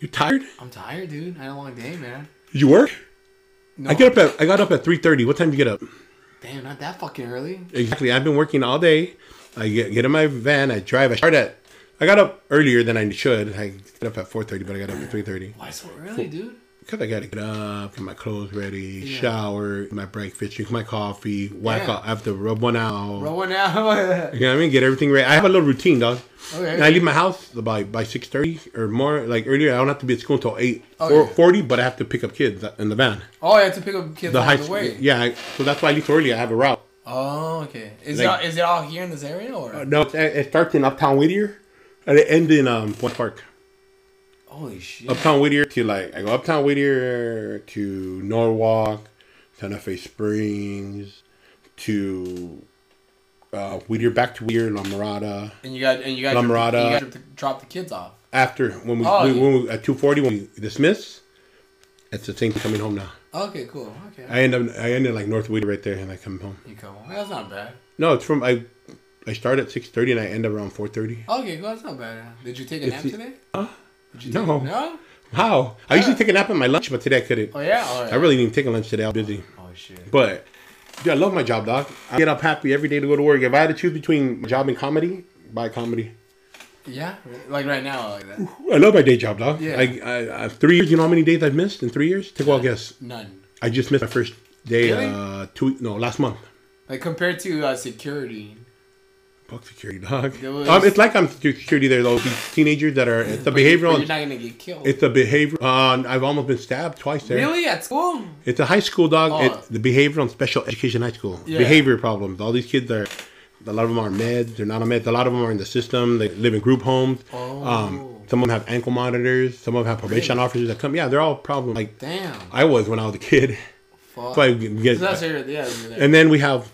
S3: You tired?
S2: I'm tired, dude. I had a long day, man.
S3: Did you work?
S2: No,
S3: I get up at I got up at three thirty. What time do you get up?
S2: Damn, not that fucking early.
S3: Exactly. I've been working all day. I get, get in my van. I drive. I start at. I got up earlier than I should. I get up at four thirty, but I got up at three thirty
S2: Why so early, dude?
S3: because I gotta get up, get my clothes ready, shower, get my breakfast, drink my coffee, whack
S2: Yeah.
S3: off. I have to rub one out.
S2: Rolling out. [laughs]
S3: You know what I mean? Get everything ready. I have a little routine, dog.
S2: Okay.
S3: And I leave my house by by six thirty or more. Like earlier, I don't have to be at school until eight
S2: Okay.
S3: four forty, but I have to pick up kids in the van.
S2: oh, I had to pick up kids
S3: The
S2: the
S3: high
S2: on the
S3: school,
S2: way.
S3: yeah. I- So that's why I leave early. I have a route.
S2: Oh, okay. Is
S3: Like- Uh,
S2: it all, is it all here in this area or?
S3: No, it, it starts in Uptown Whittier, and it ends in um Point Park.
S2: Holy shit.
S3: Uptown Whittier to like I go Uptown Whittier to Norwalk, Santa Fe Springs, to uh, Whittier back to Whittier La Mirada.
S2: and you got and you got
S3: La
S2: you got
S3: Mirada.
S2: to drop the kids off.
S3: After when we,
S2: Oh,
S3: we-
S2: yeah.
S3: when we at two forty when we dismiss, it's the same thing coming home now.
S2: Okay, cool. Okay.
S3: I end up I end in like North Whittier right there and I come home.
S2: you come. on. That's not bad.
S3: No, it's from I I start at six thirty and I end around four thirty.
S2: Okay, cool. That's not bad. Did you take a nap
S3: it-
S2: today? Did you take-
S3: No.
S2: No.
S3: How? I usually take a nap at my lunch, but today I couldn't.
S2: Oh yeah. All right.
S3: I really didn't take a lunch today. I was busy.
S2: Oh shit.
S3: But dude, I love my job, doc. I get up happy every day to go to work. If I had to choose between my job and comedy, buy comedy.
S2: Yeah. Like right now, like that.
S3: I love my day job, dog.
S2: Yeah.
S3: I, I, I, three years. You know how many days I've missed in three years? Take a wild guess.
S2: None.
S3: I just missed my first day.
S2: Really?
S3: Uh, two no, last month.
S2: Like compared to uh, security.
S3: Fuck security, dog.
S2: It was-
S3: um, it's like I'm through security. There, though. These teenagers that are it's a
S2: But
S3: behavioral.
S2: You're not gonna get killed.
S3: It's a behavior. Uh, I've almost been stabbed twice there.
S2: Really at school?
S3: It's a high school dog.
S2: Oh.
S3: It's the behavioral and special education high school.
S2: Yeah.
S3: Behavior problems. All these kids are A lot of them are on meds. They're not on meds. A lot of them are in the system. They live in group homes.
S2: Oh.
S3: Um, some of them have ankle monitors. Some of them have probation officers that come. Yeah, they're all problem. Like
S2: Damn.
S3: I was when I was a kid. [laughs]
S2: Fuck.
S3: So I get,
S2: that's here. Yeah, over there.
S3: and then we have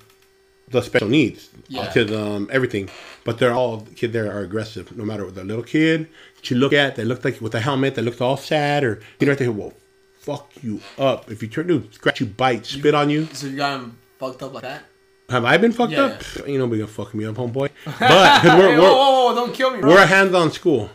S3: the special needs,
S2: Yeah.
S3: autism, everything. But they're all kids there are aggressive, no matter what the little kid that you look at, they look like with a helmet, they look all sad or you know right there, well, fuck you up. If you turn to scratch you, bite, spit on you.
S2: so you got him fucked up like that.
S3: Have I been fucked
S2: Yeah,
S3: up? Pff, You know, we gonna fuck me up,
S2: [laughs]
S3: homeboy. But we we're,
S2: Hey,
S3: we're,
S2: whoa, whoa, whoa! Don't kill me, bro.
S3: we're a hands-on school.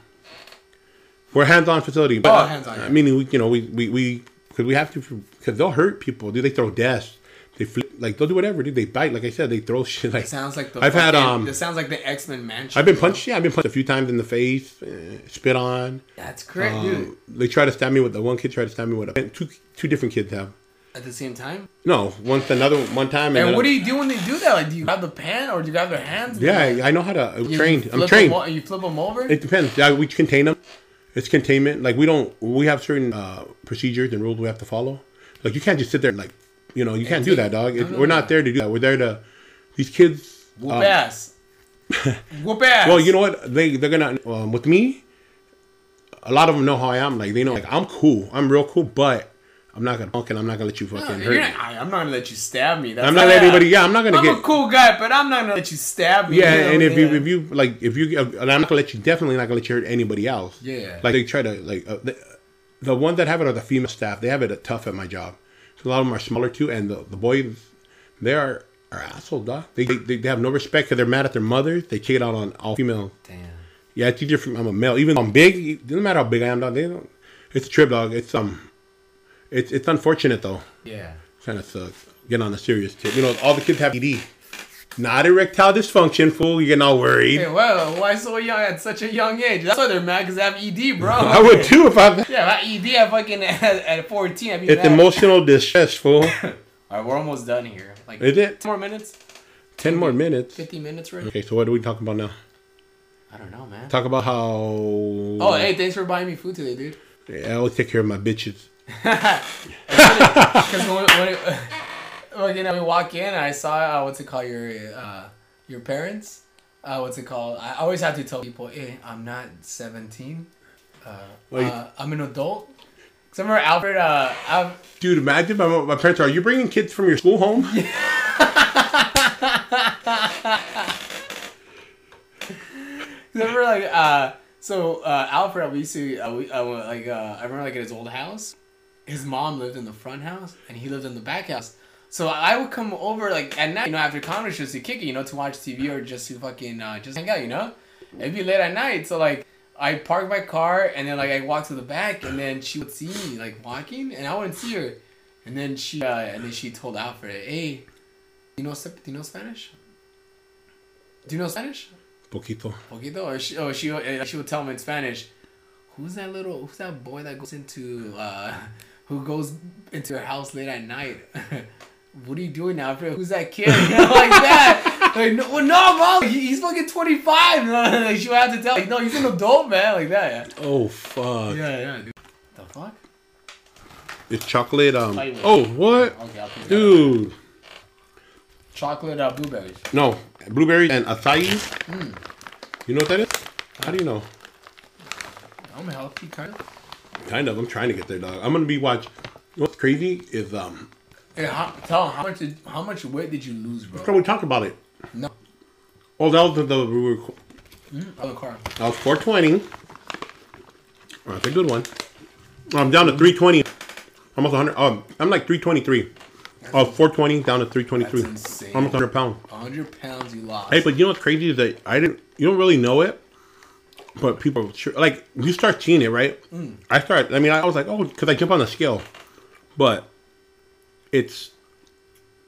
S3: We're a hands-on facility. But,
S2: Oh, hands-on, yeah.
S3: I mean, we, you know, we we we because we have to because they'll hurt people. Dude, they throw desks. They flip like they'll do whatever. Dude, they bite. Like I said, they throw [laughs] shit. Like
S2: sounds like the.
S3: I've had,
S2: fucking-
S3: um,
S2: It sounds like the X Men mansion.
S3: I've been
S2: bro.
S3: punched. Yeah, I've been punched a few times in the face, eh, spit on.
S2: That's correct, dude.
S3: Um, they try to stab me with the one kid tried to stab me with a two two different kids have.
S2: At the same time.
S3: No, once another one time.
S2: And
S3: then-
S2: what do you do when they do that? Like, do you grab the pan or do you grab their hands?
S3: Yeah, I I know how to. I'm
S2: You
S3: trained.
S2: flip
S3: I'm
S2: 'em
S3: trained.
S2: o- You flip them over.
S3: It depends. Yeah, we contain them. It's containment. Like we don't. We have certain uh, procedures and rules we have to follow. Like you can't just sit there and like, you know, you can't do that, dog. It,
S2: no,
S3: we're
S2: no.
S3: not there to do that. We're there to. These kids.
S2: Whoop
S3: um, [laughs]
S2: ass. Whoop ass.
S3: well, you know what? They they're gonna um, with me. A lot of them know how I am. Like they know, like I'm cool. I'm real cool, but I'm not gonna fucking. I'm not gonna let you fucking hurt.
S2: You're
S3: me.
S2: not, I, I'm not gonna let you stab me. That's
S3: I'm not
S2: yeah.
S3: letting anybody. Yeah, I'm not gonna
S2: I'm
S3: get.
S2: a cool guy, but I'm not gonna let you stab me.
S3: Yeah,
S2: You know,
S3: and if
S2: yeah.
S3: you if you like if you and I'm not gonna let you definitely not gonna let you hurt anybody else.
S2: Yeah.
S3: like they try to like uh, the, the ones that have it are the female staff. They have it uh, tough at my job. So a lot of them are smaller too, and the, the boys they are are assholes. Dog. They, they they have no respect because they're mad at their mothers. They take it out on all female.
S2: Damn.
S3: Yeah, it's easier from I'm a male. Even if I'm big, it doesn't matter how big I am. Dog. They don't. It's a trip, dog. It's um, it's it's unfortunate though
S2: Yeah.
S3: kind of sucks. Get on a serious tip. You know, all the kids have ED. Not erectile dysfunction, fool. You're getting all worried.
S2: Hey, well, why so young at such a young age? That's why they're mad because I have ED, bro.
S3: [laughs] I would too if I.
S2: Yeah, my ED at fucking [laughs] at, at 14. I'd be
S3: It's
S2: mad.
S3: emotional distress, fool.
S2: All right, we're almost done here. Like,
S3: Is it?
S2: 10 more minutes?
S3: Ten more minutes.
S2: 15 minutes, right?
S3: Okay, so what are we talking about now?
S2: I don't know, man.
S3: Talk about how.
S2: Oh, hey, thanks for buying me food today,
S3: [laughs]
S2: dude.
S3: Yeah, I always take care of my bitches.
S2: Because when, when, it- [laughs] when, you know, we walk in, I saw uh, what's it called your uh, your parents. Uh, what's it called? I always have to tell people, hey, I'm not 17. Uh,
S3: Wait.
S2: uh, I'm an adult. Cause I remember Alfred. Uh, Al-
S3: Dude, imagine my, my parents are you bringing kids from your school home?
S2: remember like uh, so uh, Alfred. We used to uh, we, uh, like uh, I remember like at his old house. His mom lived in the front house and he lived in the back house. So I would come over like at night, you know, after comedy shows to kick it, you know, to watch TV or just to fucking uh, just hang out, you know. It'd be late at night, so like I park my car and then like I walk to the back and then she would see me like walking and I wouldn't see her, and then she uh, and then she told Alfred, "Hey, do you know Sp- do you know Spanish? Do you know Spanish?"
S3: Poquito.
S2: poquito, or she, or she, uh, she would tell him in Spanish, "Who's that little? Who's that boy that goes into, uh, who goes into your house late at night? [laughs] what are you doing now, bro? Who's that kid? [laughs] You know, like that? Like no, well, no, bro. He, he's fucking twenty five. [laughs] like she would have to tell, like, no, he's an adult, man, like that.
S3: Oh
S2: Yeah,
S3: fuck.
S2: yeah, yeah. Dude. The fuck?
S3: It's chocolate. Um.
S2: Flavor.
S3: Oh what?
S2: Okay, I'll put that.
S3: Dude.
S2: Chocolate uh, blueberries.
S3: No. Blueberries and acai. You know what that is? How do you know?
S2: I'm healthy, kind of.
S3: Kind of. I'm trying to get there, dog. I'm gonna be watch. What's crazy is um.
S2: Hey, how, tell him how much did, how much weight did you lose,
S3: Can
S2: bro?
S3: we talk about it?
S2: No,
S3: Oh, that was the, the we were,
S2: other car.
S3: that was 420. Oh, that's a good one. I'm down to 320. Almost 100. Um, I'm like 323. Oh, 420 down to 323.
S2: That's insane.
S3: Almost 100 pounds.
S2: hundred pounds you lost.
S3: Hey, but you know what's crazy is that I didn't. You don't really know it, but people sure, like you start seeing it, right?
S2: Mm.
S3: I start. I mean, I was like, oh, because I jump on the scale, but it's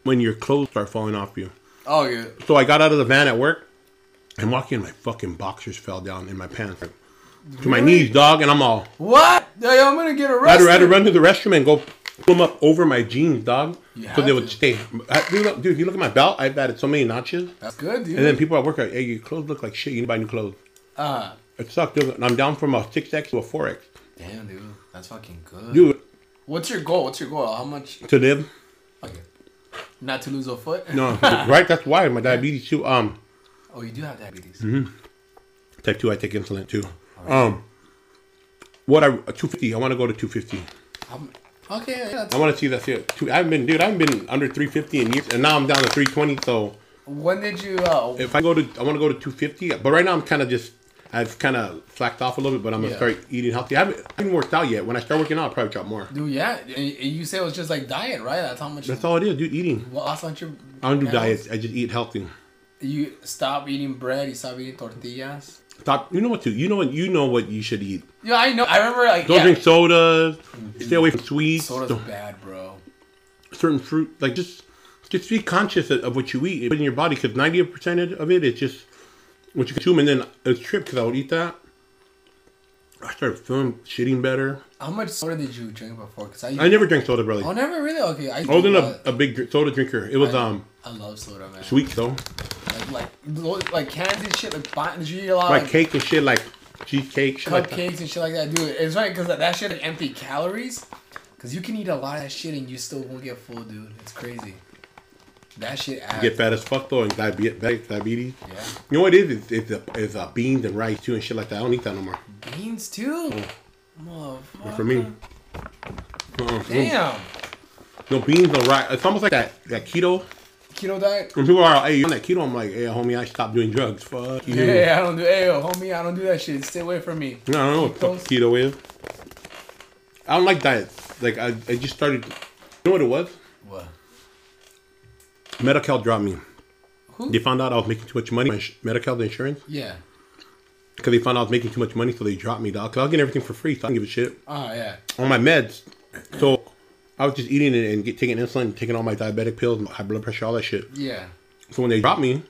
S3: when your clothes start falling off you.
S2: oh yeah.
S3: So I got out of the van at work and walking, my fucking boxers fell down in my pants. like, To my knees, dog, and I'm all.
S2: What? Yo, yo, I'm gonna get
S3: I had,
S2: arrested.
S3: to, I had to run to the restroom and go pull them up over my jeans, dog.
S2: You
S3: So
S2: had
S3: they would
S2: to.
S3: stay. I, dude, look, dude, if you look at my belt, I've added so many notches.
S2: That's good, dude.
S3: And then people at work are like, hey, your clothes look like shit. You need to buy new clothes.
S2: uh,
S3: It sucked, dude. And I'm down from a 6X to a 4X.
S2: damn, dude, that's fucking good.
S3: Dude,
S2: What's your goal? What's your goal? How much?
S3: to live?
S2: Okay. Not to lose a foot.
S3: [laughs] No, right? That's why my diabetes, too. Um,
S2: Oh, you do have diabetes.
S3: Mm-hmm. Type two, I take insulin too. Um, what I uh, two fifty? I want to go to two fifty.
S2: Um, okay, yeah, that's-
S3: I want to see that shit. Two, I've been, dude, I've been under three fifty in years, and now I'm down to three twenty. So
S2: When did you? Uh,
S3: if I go to, I want to go to two fifty. But right now, I'm kind of just, I've kind of slacked off a little bit. But I'm gonna
S2: Yeah.
S3: start eating healthy. I haven't, I haven't worked out yet. When I start working out, I'll probably drop more.
S2: dude, yeah, and, and you said it was just like diet, right? That's how much.
S3: That's all it is, dude. Eating.
S2: Well, that's not your.
S3: I don't do
S2: pounds.
S3: diets. I just eat healthy.
S2: You stop eating bread. You stop eating tortillas.
S3: Stop. You know what to. You know what. You know what you should eat.
S2: Yeah, I know. I remember like
S3: Don't
S2: yeah,
S3: drink sodas. Stay away from sweets.
S2: soda's
S3: don't-
S2: bad, bro.
S3: certain fruit. Like just just be conscious of, of what you eat in your body because ninety percent of it is just what you consume. And then it's trip because I would eat that. I started feeling shitting better.
S2: How much soda did you drink before? Cause I,
S3: I never drank soda, really.
S2: oh,
S3: I
S2: never really. Okay, I do
S3: wasn't a,
S2: that.
S3: a big dr- soda drinker. It was um
S2: uh, I love soda, man.
S3: sweet though.
S2: Like, like lo- like cans and shit. Like bot- did you eat a lot?
S3: Like
S2: like,
S3: cake and shit, like cheesecake, shit like that.
S2: cupcakes and shit like that, dude. It's right because that, that shit is empty calories. Cause you can eat a lot of that shit and you still won't get full, dude. It's crazy. That shit adds.
S3: Get fat as fuck though, and diabetes. diabetes.
S2: Yeah.
S3: You know what it is? It's, it's, uh, it's uh, beans and rice too and shit like that. I don't eat that no more.
S2: Beans too.
S3: But
S2: Motherfucker.
S3: Mm. for me, uh-uh.
S2: Damn.
S3: no beans, no rice. It's almost like that that keto.
S2: Keto diet.
S3: When people are like, hey, you on that keto? I'm like, hey, homie, I stopped doing drugs. Fuck you.
S2: Yeah, I don't do. [laughs] Hey, yo, homie, I don't do that shit. Stay away from me.
S3: I don't know what the fuck keto is. I don't like diets. Like, I, I just started. You know what it was?
S2: What?
S3: Medi-Cal dropped me.
S2: Who?
S3: They found out I was making too much money. My sh- Medi-Cal, the insurance.
S2: Yeah.
S3: Because they found out I was making too much money, so they dropped me, dog. Because I was getting everything for free, so I don't give a shit.
S2: Oh yeah.
S3: On my meds. So, I was just eating it and get, taking insulin, taking all my diabetic pills, high blood pressure, all that shit.
S2: Yeah.
S3: So when they dropped me,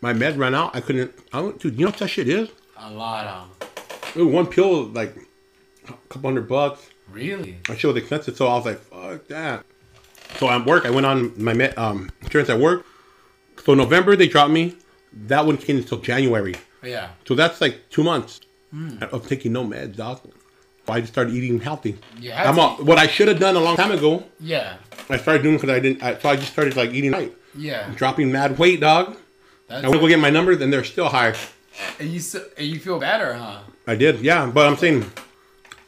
S3: my med ran out. I couldn't. I don't, dude, you know what that shit is?
S2: A lot of.
S3: It was one pill, like a couple hundred bucks.
S2: Really?
S3: My shit was expensive, so I was like, fuck that. So at work, I went on my med, um, insurance at work. So November they dropped me. That one came until January.
S2: Yeah.
S3: So that's like two months
S2: Hmm.
S3: of taking no meds, dog. So I just started eating healthy.
S2: You had
S3: I'm
S2: to
S3: all, what I should have done a long time ago.
S2: Yeah.
S3: I started doing because I didn't. I, so I just started like eating right,
S2: Yeah.
S3: dropping mad weight, dog. I
S2: That's,
S3: went to go get my numbers, and they're still high.
S2: and you s- and you feel better, huh?
S3: I did, yeah. But I'm saying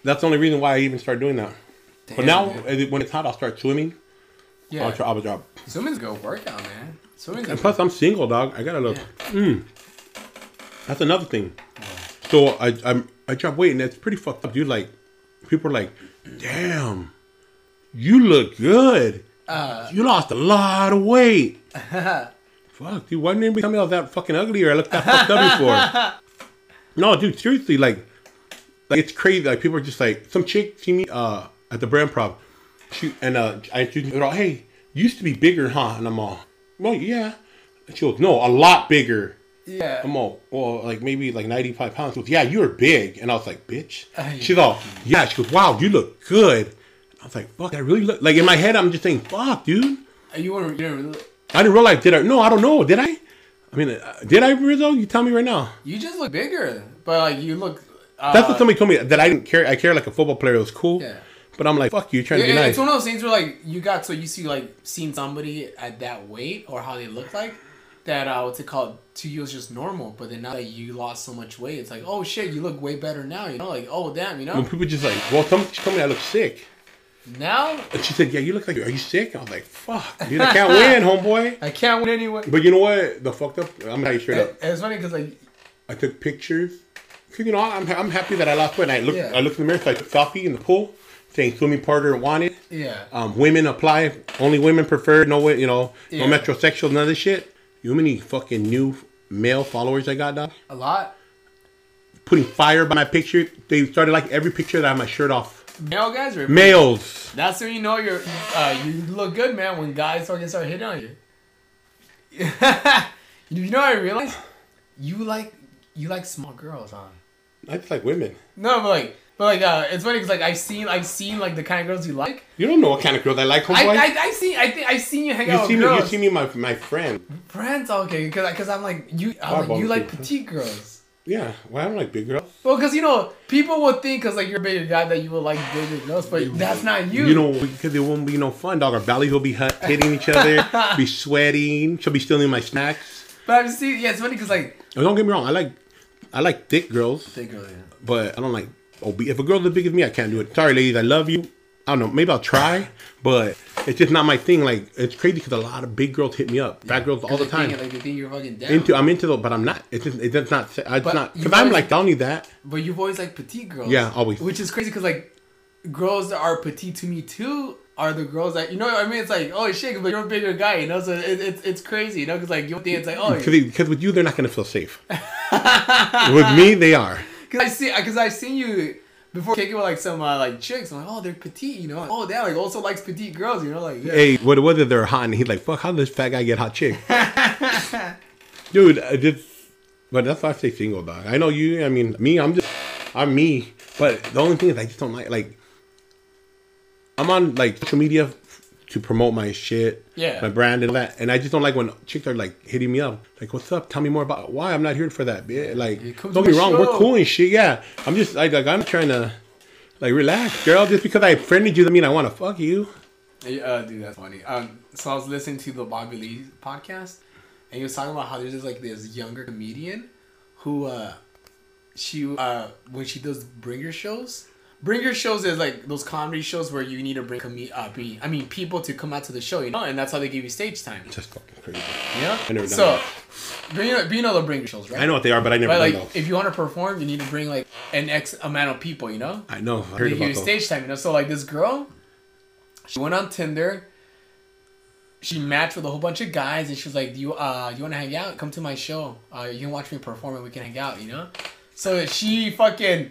S3: that's the only reason why I even started doing that. but
S2: Damn,
S3: now,
S2: dude.
S3: uh, when it's hot, I'll start swimming.
S2: yeah.
S3: I'll try. I'll drop.
S2: Swimming's a good workout, man. Swimming's
S3: And
S2: a
S3: plus, I'm single, dog. I gotta look.
S2: Yeah.
S3: hmm. That's another thing. So I I'm, I drop weight, and that's pretty fucked up, dude. Like people are like, "Damn, you look good.
S2: Uh.
S3: you lost a lot
S2: [laughs]
S3: of weight." Fuck, dude. Why didn't anybody tell me I was that fucking ugly or I looked that fucked up
S2: [laughs]
S3: before? No, dude. Seriously, like, like it's crazy. Like people are just like some chick see me uh at the brand prop, she and uh I introduced her. all, Hey, you used to be bigger, huh? And I'm all, well, yeah. And she goes, no, a lot bigger.
S2: yeah.
S3: I'm all, well, like maybe like 95 pounds. She goes, yeah, you were big. And I was like, bitch.
S2: Ay.
S3: She's all, yeah. She goes, wow, you look good. And I was like, fuck, I really look. Like in my head, I'm just saying, fuck, dude.
S2: You were you didn't really-
S3: I didn't realize, did I? No, I don't know. Did I? I mean, uh, did I, Rizzo? You tell me right now.
S2: you just look bigger, but like you look. Uh,
S3: That's what somebody told me that I didn't care. I care like a football player. It was cool.
S2: Yeah.
S3: But I'm like, fuck you, trying to
S2: It-
S3: be
S2: it-
S3: nice.
S2: It's one of those things where like you got so used to like seeing somebody at that weight or how they look like that uh what's it called to you is just normal. But then now that you lost so much weight, it's like oh shit, you look way better now. You know, like oh damn, you
S3: When
S2: know
S3: people just like, well, somebody she told me I look sick. Mm.
S2: now
S3: And she said, yeah, you look like, are you sick? I was like, fuck, dude, I can't
S2: [laughs]
S3: win, homeboy.
S2: I can't win anyway.
S3: But you know what? The fucked up, I'm gonna tell you straight up.
S2: It- It's funny because like
S3: I took pictures. 'Cause, you know, I'm, I'm happy that I lost weight. And I looked,
S2: Yeah.
S3: I looked in the mirror, so I took selfie in the pool saying swimming partner wanted.
S2: yeah,
S3: Um, women apply. Only women preferred. No, way- you know,
S2: Yeah.
S3: no metrosexual, none of this shit. You know how many fucking new male followers I got, dog?
S2: a lot
S3: Putting fire by my picture. They started like every picture that I had my shirt off.
S2: male guys are.
S3: Males.
S2: That's when you know you're uh, you look good, man. When guys fucking start hitting on you. [laughs] you know what I realized? You like you like small girls, huh?
S3: I just like women.
S2: No, but like, but like, uh, it's funny because like I've seen, I've seen like the kind of girls you like.
S3: You don't know what kind of girls I like,
S2: I,
S3: homeboy.
S2: I, I see, I think I've seen you hang
S3: you
S2: out
S3: see
S2: with
S3: me.
S2: girls.
S3: You see me, my my friend.
S2: Friends, okay, because because I'm like you, I'm like,
S3: Eyeball
S2: you like
S3: people.
S2: petite girls.
S3: Yeah. Well, I don't like big girls.
S2: Well, because you know people would think because like you're a bigger guy that you would like bigger girls, but that's not you.
S3: You know, because it won't [laughs] be no fun, dog. Our bellies will be hut- hitting each other, be sweating. She'll be stealing my snacks.
S2: But I've seen, yeah, it's funny because like,
S3: And don't get me wrong, I like I like thick girls,
S2: think of it.
S3: but I don't like obese. If a girl's as big as me, I can't do it. Sorry, ladies, I love you. I don't know. Maybe I'll try, but it's just not my thing. Like it's crazy because a lot of big girls hit me up, fat girls all the
S2: They think-
S3: time.
S2: like they think you're fucking down.
S3: into I'm into those, but I'm not. It's just, it's just not. It's
S2: But
S3: not
S2: you
S3: because I'm
S2: guys-
S3: like I don't need that.
S2: But you've always like petite girls.
S3: Yeah, always.
S2: Which is crazy because like girls that are petite to me too are the girls that you know. what I mean, it's like oh shit, but you're a bigger guy, you know. So it, it's it's crazy, you know, because like you think it's like oh,
S3: Because with you, they're not gonna feel safe. [laughs] with me, they are.
S2: because I see because I've seen you before kicking with like some uh, like chicks. I'm like oh they're petite, you know. Like, oh that like also likes petite girls, you know. Like yeah.
S3: Hey, what whether they're hot and he's like, fuck, how did this fat guy get
S2: [laughs]
S3: hot chick? Dude, I just but that's why I stay single, dog. I know you. I mean, me. I'm just I'm me. But the only thing is, I just don't like like I'm on like social media f- to promote my shit,
S2: Yeah.
S3: my brand and all that. And I just don't like when chicks are like hitting me up, like, "What's up? Tell me more about why I'm not here for that." Bitch. Like,
S2: Yeah, come to
S3: don't be
S2: my
S3: wrong,
S2: show.
S3: we're cool and shit. Yeah, I'm just like, like I'm trying to like relax, girl. Just because I friended you, doesn't mean I want to fuck you.
S2: Hey, Uh, dude, that's funny. Um, so I was listening to the Bobby Lee podcast, and he was talking about how there's this, like this younger comedian who, uh, she uh, when she does bringer shows, bringer shows is like those comedy shows where you need to bring comed uh, be, I mean people to come out to the show, you know, and that's how they give you stage time.
S3: Just fucking crazy.
S2: Yeah.
S3: I never done
S2: so,
S3: that.
S2: but you know, but you know the bringer shows, right?
S3: I know what they are, but I never
S2: Right,
S3: done
S2: like
S3: those.
S2: if you want to perform, you need to bring like an X amount of people, you know.
S3: I know. I heard
S2: They give
S3: about
S2: you
S3: those.
S2: stage time, you know. So like this girl, she went on Tinder. She matched with a whole bunch of guys, and she was like, "Do you uh you want to hang out? Come to my show. Uh, you can watch me perform, and we can hang out." You know. So she fucking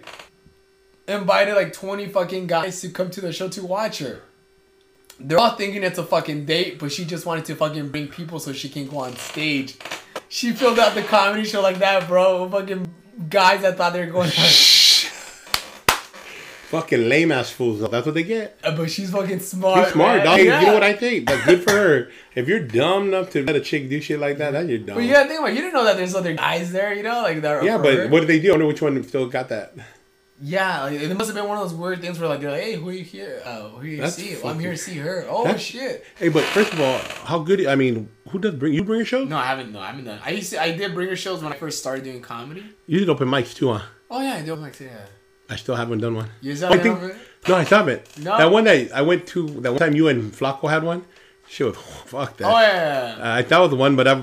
S2: invited like twenty fucking guys to come to the show to watch her. They're all thinking it's a fucking date, but she just wanted to fucking bring people so she can go on stage. She filled out the comedy show like that, bro. Fucking guys that thought they were going.
S3: Fucking lame ass fools. though. That's what they get.
S2: Uh, but she's fucking smart.
S3: You're smart,
S2: man.
S3: dog.
S2: Yeah.
S3: You know what I think? But good for her. If you're dumb enough to let a chick do shit like that, then you're dumb.
S2: But you gotta think about. it. You didn't know that there's other guys there. You know, like that. are
S3: yeah,
S2: for her.
S3: but what did they do? I wonder which one still got that.
S2: Yeah, like, it must have been one of those weird things where like they're like, "Hey, who are you here? Uh, who are you
S3: That's
S2: see? Well, I'm
S3: fucking-
S2: here to see her. Oh
S3: That's-
S2: shit."
S3: Hey, but first of all, how good? I mean, who does bring you bring a show?
S2: No, I haven't. No, I haven't done. I used to. I did bringer shows when I first started doing comedy.
S3: You did open mics too, huh?
S2: Oh yeah, I do. Like yeah.
S3: I still haven't done one.
S2: You
S3: Oh,
S2: saw
S3: I
S2: that
S3: think
S2: over there?
S3: no, I haven't.
S2: No.
S3: That one that I went to, that one time you and Flacco had one. Shit, was, [sighs] fuck that.
S2: Oh yeah.
S3: I that was the one, but I,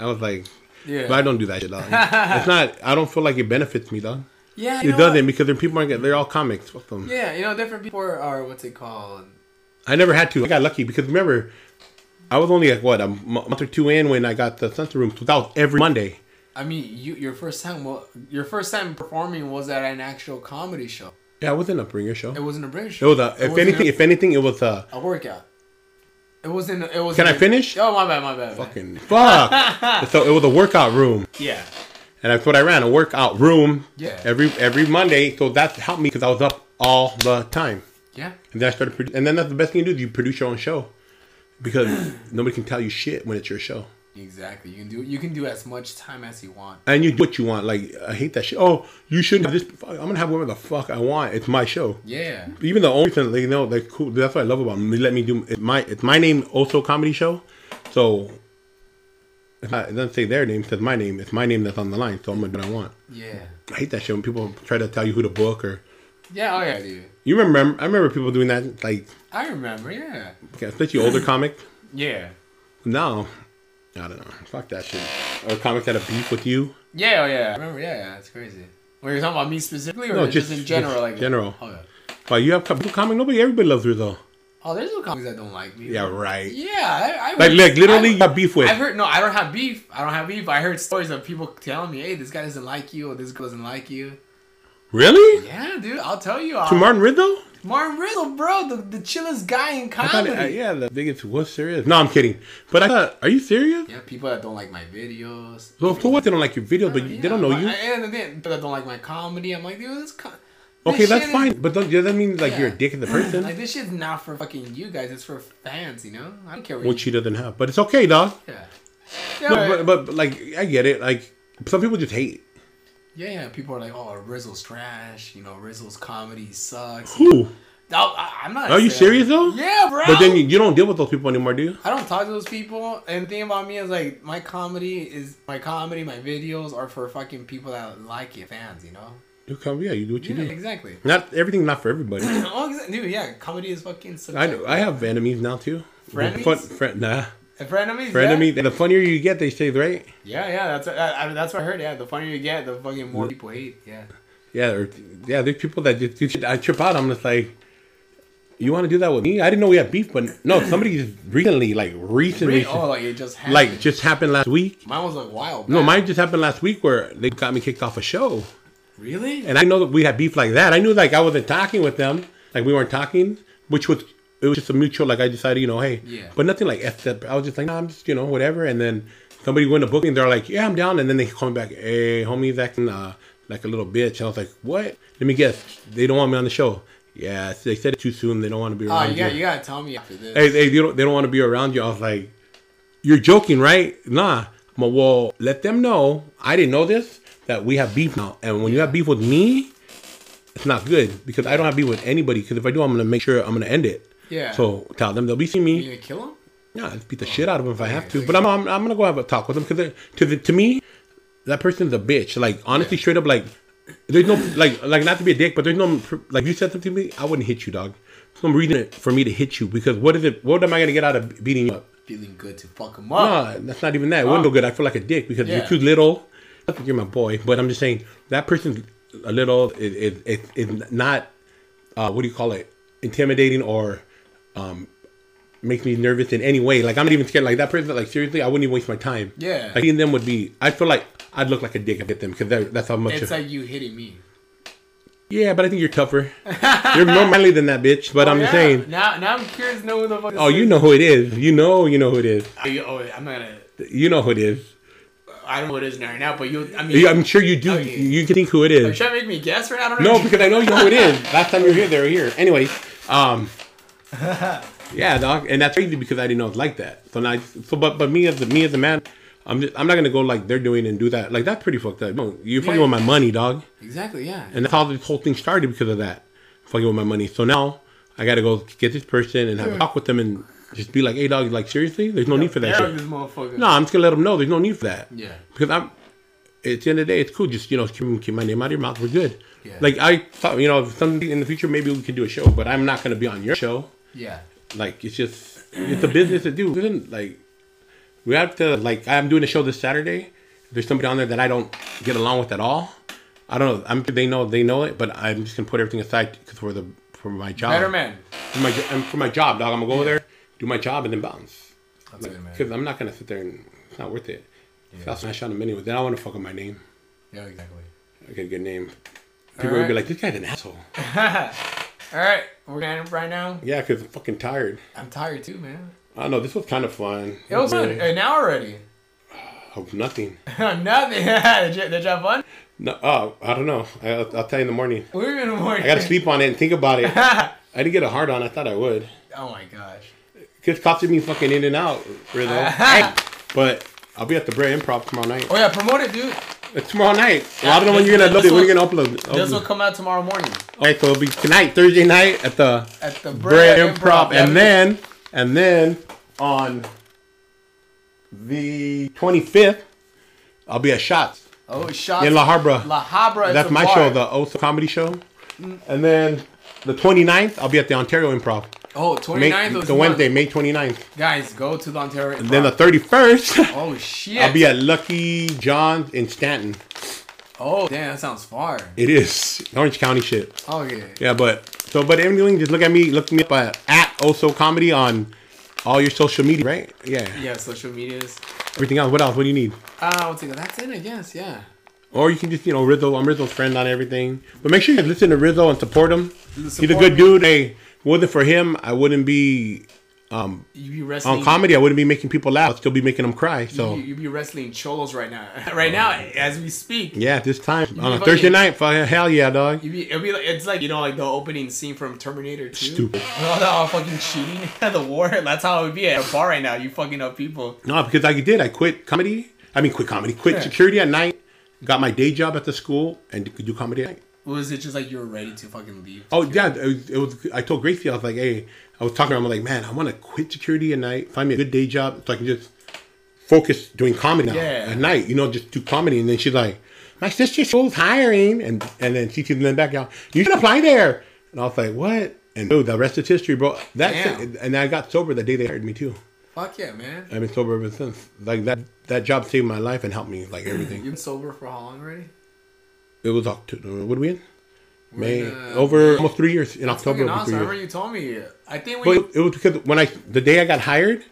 S3: I was like,
S2: Yeah.
S3: but I don't do that
S2: [laughs]
S3: shit. Dog. it's not. I don't feel like it benefits me, dog.
S2: Yeah. you
S3: It
S2: know
S3: doesn't because then people aren't. get- They're all comics. Fuck them.
S2: what? Yeah, you know, different people are, are what's it called?
S3: I never had to. I got lucky because remember, I was only like what a m- month or two in when I got the Sunset Room. So that was every Monday.
S2: I mean, you your first time. Well, your first time performing was at an actual comedy show.
S3: Yeah, I wasn't a bringer show.
S2: It wasn't a bringer
S3: It
S2: show.
S3: was a. If
S2: wasn't
S3: anything,
S2: a-
S3: if anything, it was a
S2: a workout. It wasn't. It was.
S3: Can I finish?
S2: Oh my bad, my bad. my bad.
S3: fucking
S2: [laughs]
S3: fuck. so it was a workout room,
S2: Yeah.
S3: and that's what I ran a workout room.
S2: Yeah.
S3: Every every Monday, so that helped me because I was up all the time.
S2: Yeah.
S3: And then I started, produ- and then that's the best thing you do. You produce your own show, because [clears throat] nobody can tell you shit when it's your show,
S2: Exactly. You can do. You can do as much time as you want.
S3: and you do what you want. Like I hate that shit. Oh, you shouldn't have this. fuck, I'm gonna have whatever the fuck I want. It's my show.
S2: Yeah.
S3: Even the only reason they know they're cool. That's what I love about them. They let me do it's my it's my name also comedy show, so it's not, it doesn't say their name. It says my name. It's my name that's on the line. So I'm gonna do what I want.
S2: Yeah.
S3: I hate that shit when people try to tell you who to book or
S2: Yeah. Oh yeah, dude.
S3: you remember. I remember people doing that, like
S2: I remember. Yeah.
S3: especially older comics.
S2: Yeah.
S3: No. I don't know. Fuck that shit. Or comics that have beef with you.
S2: Yeah. Oh yeah. I remember. Yeah. Yeah. That's crazy. Were you talking about me specifically, or
S3: No,
S2: just,
S3: just-
S2: in general?
S3: just
S2: like
S3: general.
S2: Oh, yeah.
S3: But you have co- blue comic. Nobody, everybody loves you though.
S2: oh, there's no comics that don't like me.
S3: Yeah, right.
S2: Yeah. I, I
S3: Like, like literally,
S2: I-
S3: you got beef with.
S2: I've heard no, I don't have beef. I don't have beef. I heard stories of people telling me, "Hey, this guy doesn't like you, or this girl doesn't like you."
S3: really?
S2: Yeah, dude, I'll tell you.
S3: To
S2: I'll,
S3: Martin Ridd though?
S2: Martin Riddle, bro, the, the chillest guy in
S3: I thought,
S2: comedy.
S3: uh, yeah, the biggest. What's serious? No, I'm kidding. But I thought, are you serious?
S2: yeah, people that don't like my videos.
S3: So, so what? They don't like your videos, but
S2: Oh, Yeah,
S3: they don't know
S2: but-
S3: you.
S2: And then people that don't like my comedy, I'm like, dude, this. Co- this
S3: okay, that's
S2: shit is-
S3: fine. But don't, that doesn't mean like you're a
S2: Yeah.
S3: dick in the person,
S2: Like this shit's not for fucking you guys. It's for fans, you know. I don't care what
S3: which
S2: you.
S3: she doesn't have. But it's okay, dog.
S2: Yeah. Yeah,
S3: No,
S2: right.
S3: but, but, but like I get it. Like some people just hate.
S2: yeah, yeah, people are like, "Oh, Rizzle's trash." You know, Rizzle's comedy sucks.
S3: Who?
S2: No, I, am not.
S3: Are you
S2: saying-
S3: serious though?
S2: Yeah, bro.
S3: But then you, you don't deal with those people anymore, do you?
S2: I don't talk to those people. And the thing about me is like my comedy is my comedy, my videos are for fucking people that like it, fans. You know.
S3: You come, yeah, you do what you
S2: Yeah,
S3: do.
S2: exactly. [clears throat]
S3: Not everything's not for everybody.
S2: Oh, exa- dude, yeah, comedy is fucking.
S3: I
S2: subjective.
S3: know, I have enemies now too.
S2: Frenemies?
S3: Fun, friend, nah,
S2: And For enemies,
S3: for
S2: yeah.
S3: enemy. The funnier you get, they say, right?
S2: Yeah, yeah, that's I, I mean, that's what I heard. Yeah, the funnier you get, the fucking more people hate.
S3: [laughs]
S2: Yeah.
S3: Yeah, or, yeah. There's people that just do shit. I trip out. I'm just like, you want to do that with me? I didn't know we had beef, but no. Somebody just recently, like recently,
S2: Really? Oh, like it just happened.
S3: like just happened last week.
S2: mine was like wild.
S3: No,
S2: back.
S3: mine just happened last week where they got me kicked off a show.
S2: Really?
S3: and I know that we had beef like that. I knew like I wasn't talking with them, like we weren't talking, which was it was just a mutual. Like I decided, you know, hey,
S2: Yeah.
S3: but nothing like F that. I was just like, nah, I'm just you know whatever. And then somebody went to booking, they're like, yeah, I'm down. And then they call me back, hey, homie, that's uh, like a little bitch. And I was like, what? Let me guess, they don't want me on the show. Yeah, they said it too soon. They don't want to be
S2: Oh,
S3: around
S2: you got
S3: you.
S2: you gotta tell me after this.
S3: Hey, they, they don't they don't want to be around you. I was like, you're joking, right? Nah. I'm like, well, let them know. I didn't know this that we have beef now, and when you have beef with me, it's not good because I don't have beef with anybody. Because if I do, I'm gonna make sure I'm gonna end it.
S2: Yeah.
S3: So tell them they'll be seeing
S2: You
S3: me.
S2: gonna kill him?
S3: Yeah, I'll beat the shit out of them if I have to. But I'm, I'm, I'm gonna go have a talk with them because to the, to me, that person's a bitch. Like honestly, straight up, like there's no like like not to be a dick, but there's no like if you said something to me, I wouldn't hit you, dog. There's no reason for me to hit you because what is it? What am I gonna get out of beating you up?
S2: Feeling good to fuck him up. [laughs]
S3: No, that's not even that. It wouldn't feel good. I feel like a dick because
S2: Yeah.
S3: you're too little. Not that You're my boy, but I'm just saying that person's a little is is is, is not uh, what do you call it? Intimidating or um, makes me nervous in any way. Like I'm not even scared. Like that person, like seriously, I wouldn't even waste my time.
S2: Yeah.
S3: like, hitting them would be. I feel like I'd look like a dick if I hit them because that's how much.
S2: It's
S3: of-
S2: like you hitting me.
S3: yeah, but I think
S2: [laughs]
S3: you're tougher. you're more manly than that bitch. But I'm
S2: Oh, Yeah.
S3: just saying.
S2: Now, now I'm curious to know who the fuck.
S3: Oh, you know who it is. You know, you know who it is.
S2: I, oh, I'm not gonna.
S3: You know who it is.
S2: I don't know what it is right now, but you. I mean,
S3: Yeah, I'm sure you do.
S2: Okay.
S3: You can think who it is.
S2: Should I make me guess right now? I don't
S3: No,
S2: know.
S3: because I know you know who it is. Last time you were here, they were here. Anyways, um, yeah, dog, and that's crazy because I didn't know it was like that. So now, I- so but but me as a, me as a man, I'm just, I'm not gonna go like they're doing and do that. Like that's pretty fucked up. No, you're fucking
S2: Yeah.
S3: with my money, dog,
S2: Exactly. Yeah.
S3: and that's how this whole thing started because of that. Fucking with my money. So now I gotta go get this person and have a talk with them and just be like, hey, dog, like seriously, there's no need for that
S2: Damn
S3: shit.
S2: this motherfucker.
S3: No, I'm just gonna let them know there's no need for that.
S2: Yeah.
S3: Because I'm. At the end of the day, it's cool. Just you know, keep, keep my name out of your mouth. We're good.
S2: Yeah.
S3: Like I thought, you know, something in the future maybe we can do a show, but I'm not gonna be on your show.
S2: Yeah.
S3: Like it's just it's a business to do. Isn't like we have to like I'm doing a show this Saturday. There's somebody on there that I don't get along with at all. I don't know. I'm they know they know it, but I'm just gonna put everything aside because for the for my job.
S2: Better man.
S3: For my jo- and for my job, dog. I'm gonna go there, do my job, and then bounce.
S2: That's good, man.
S3: Because I'm not gonna sit there and it's not worth it. So I'll smash on a mini with then I want to fuck up my name.
S2: Yeah. Exactly.
S3: I get a good name. People would
S2: Alright.
S3: be like, this guy's an asshole.
S2: All right, we're gonna end it right now.
S3: Yeah, because I'm fucking tired.
S2: I'm tired too, man.
S3: I don't know. This was kind of fun.
S2: It was fun.
S3: Really.
S2: An hour already. [laughs]
S3: Hope nothing.
S2: Nothing. [laughs] did, you, did you have fun?
S3: No, oh, I don't know. I, I'll, I'll tell you in the morning.
S2: We were in the morning. [laughs]
S3: I gotta sleep on it and think about it.
S2: oh
S3: I didn't get a hard on. I thought I would.
S2: my gosh.
S3: Cause cops me fucking in and out,
S2: Uh-huh.
S3: Rizzo. [laughs] but I'll be at the Bray Improv tomorrow night.
S2: Oh yeah, promote it, dude.
S3: It's tomorrow night. Well, I don't know when
S2: This-
S3: you're gonna
S2: this
S3: upload it. When
S2: will-
S3: you're gonna upload?
S2: This will
S3: upload.
S2: come out tomorrow morning
S3: Okay, so it'll be tonight, Thursday night at the
S2: at the
S3: Brea
S2: Brea
S3: Improv,
S2: Yeah, we-
S3: and then and then on the 25th, I'll be at Shots
S2: oh shots
S3: in La Habra.
S2: La Habra. is
S3: That's
S2: a
S3: my
S2: bar.
S3: show, the Osa Comedy Show. And then the 29th, I'll be at the Ontario Improv.
S2: oh
S3: May,
S2: 29th of this
S3: the Wednesday,
S2: month.
S3: May 29th.
S2: Guys, go to the Ontario.
S3: And then the 31st,
S2: oh shit.
S3: [laughs] I'll be at Lucky John's in Stanton.
S2: oh damn, that sounds far. Oh,
S3: It is Orange County shit.
S2: Okay.
S3: Yeah, but so but everything, just look at me, look me up at, at Oso Comedy on all your social media, right? Yeah.
S2: Yeah, social medias.
S3: Everything else. What else? What do you need?
S2: Uh, what's it? called? That's it, I guess. Yeah.
S3: Or you can just you know Rizzo. I'm Rizzo's friend on everything. But make sure you listen to Rizzo and support him. He's a
S2: Support
S3: good
S2: me.
S3: dude. Hey, wasn't for him, I wouldn't
S2: You
S3: be Oh,
S2: be wrestling.
S3: on comedy. I wouldn't be making people laugh. I'd still be making them cry. So
S2: You, you be wrestling cholos right now. [laughs] right now, as we speak.
S3: Oh. yeah, at this time on a
S2: fucking-
S3: Thursday night, fuck, hell yeah, dog.
S2: You be, it'll be like, it's like you know like the opening scene from Terminator 2.
S3: Stupid.
S2: With all that [laughs] all fucking cheating [laughs] at the war. That's how it would be at a bar right now. You fucking up people.
S3: No, because I did. I quit comedy. I mean, quit comedy. Quit
S2: Yeah.
S3: security at night. Got my day job at the school and could do comedy at night.
S2: was it just like you were ready to fucking leave?
S3: Oh yeah, it was, it was. I told Gracie, I was like, "Hey, I was talking. to her, I'm like, man, I want to quit security at night, find me a good day job, so I can just focus doing comedy now
S2: Yeah.
S3: at night. You know, just do comedy." And then she's like, "My sister's school's hiring," and and then she sees them back out. You should apply there. And I was like, "What?" And dude, the rest is history, bro. That's
S2: Damn.
S3: it. And I got sober the day they hired me too.
S2: Fuck yeah, man.
S3: I've been sober ever since. Like that, that job saved my life and helped me like
S2: You've
S3: everything.
S2: been sober for how long already?
S3: it was October. What are we in? May
S2: in, uh,
S3: over almost three years in October.
S2: Fucking
S3: it'll be
S2: awesome.
S3: three
S2: I
S3: years.
S2: remember you told me. I think we.
S3: But it was because when I the day I got hired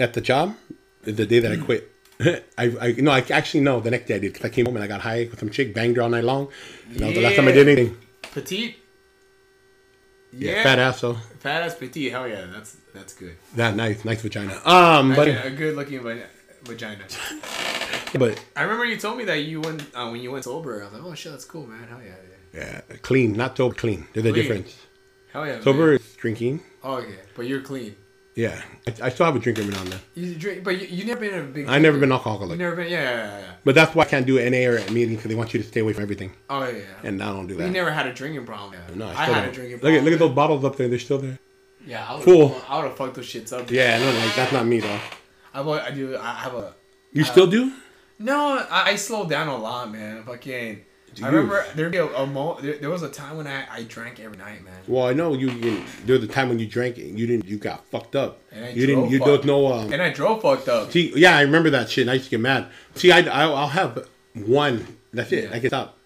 S3: at the job, the day that I quit. [laughs] I, I no, I actually no. The next day I did 'cause I came home and I got high with some chick, banged her all night long. And that was the last time I did
S2: Yeah.
S3: anything.
S2: Petite.
S3: Yeah,
S2: Yeah,
S3: fat ass. So
S2: Fat ass petite. Hell yeah, that's that's good.
S3: that nice, nice vagina. Um, but
S2: Actually, a good looking vagi- vagina.
S3: but
S2: I remember you told me that you went uh, when you went sober. I was like, oh shit, that's cool, man. Hell yeah, yeah.
S3: yeah, clean, not sober, clean. There's a
S2: Clean.
S3: difference.
S2: hell yeah.
S3: Sober
S2: Man.
S3: is drinking.
S2: Oh yeah, but you're clean.
S3: Yeah, I, I still have a drink every now and then.
S2: You drink, but you, you never been a big.
S3: I've never
S2: drinker.
S3: been
S2: You
S3: alcoholic,
S2: never been, yeah, yeah, yeah, yeah.
S3: but that's why I can't do NA or at meetings because they want you to stay away from everything,
S2: Oh yeah. yeah.
S3: and I don't do
S2: You
S3: that.
S2: never had a drinking problem. Yeah.
S3: no, I,
S2: I,
S3: still
S2: had
S3: don't.
S2: a drinking
S3: Look
S2: problem.
S3: at look at those bottles up there. They're still there.
S2: Yeah, I would
S3: Cool.
S2: I would have fucked those shits up.
S3: Yeah, no, like that's not me though.
S2: I, would, I do. I have a.
S3: You still do?
S2: No, I, I slowed down a lot, man. Fucking.
S3: Dude.
S2: I remember there be a, a mo- there, there was a time when I, I drank every night, man.
S3: Well, I know you. you there was a time when you drank and you didn't. You got fucked up.
S2: And I
S3: you didn't.
S2: drove
S3: You
S2: fucked.
S3: don't know. Um,
S2: And I drove fucked up.
S3: see, yeah, I remember that shit. and I used to get mad. See, I, I will have one. That's it.
S2: Yeah.
S3: I can stop.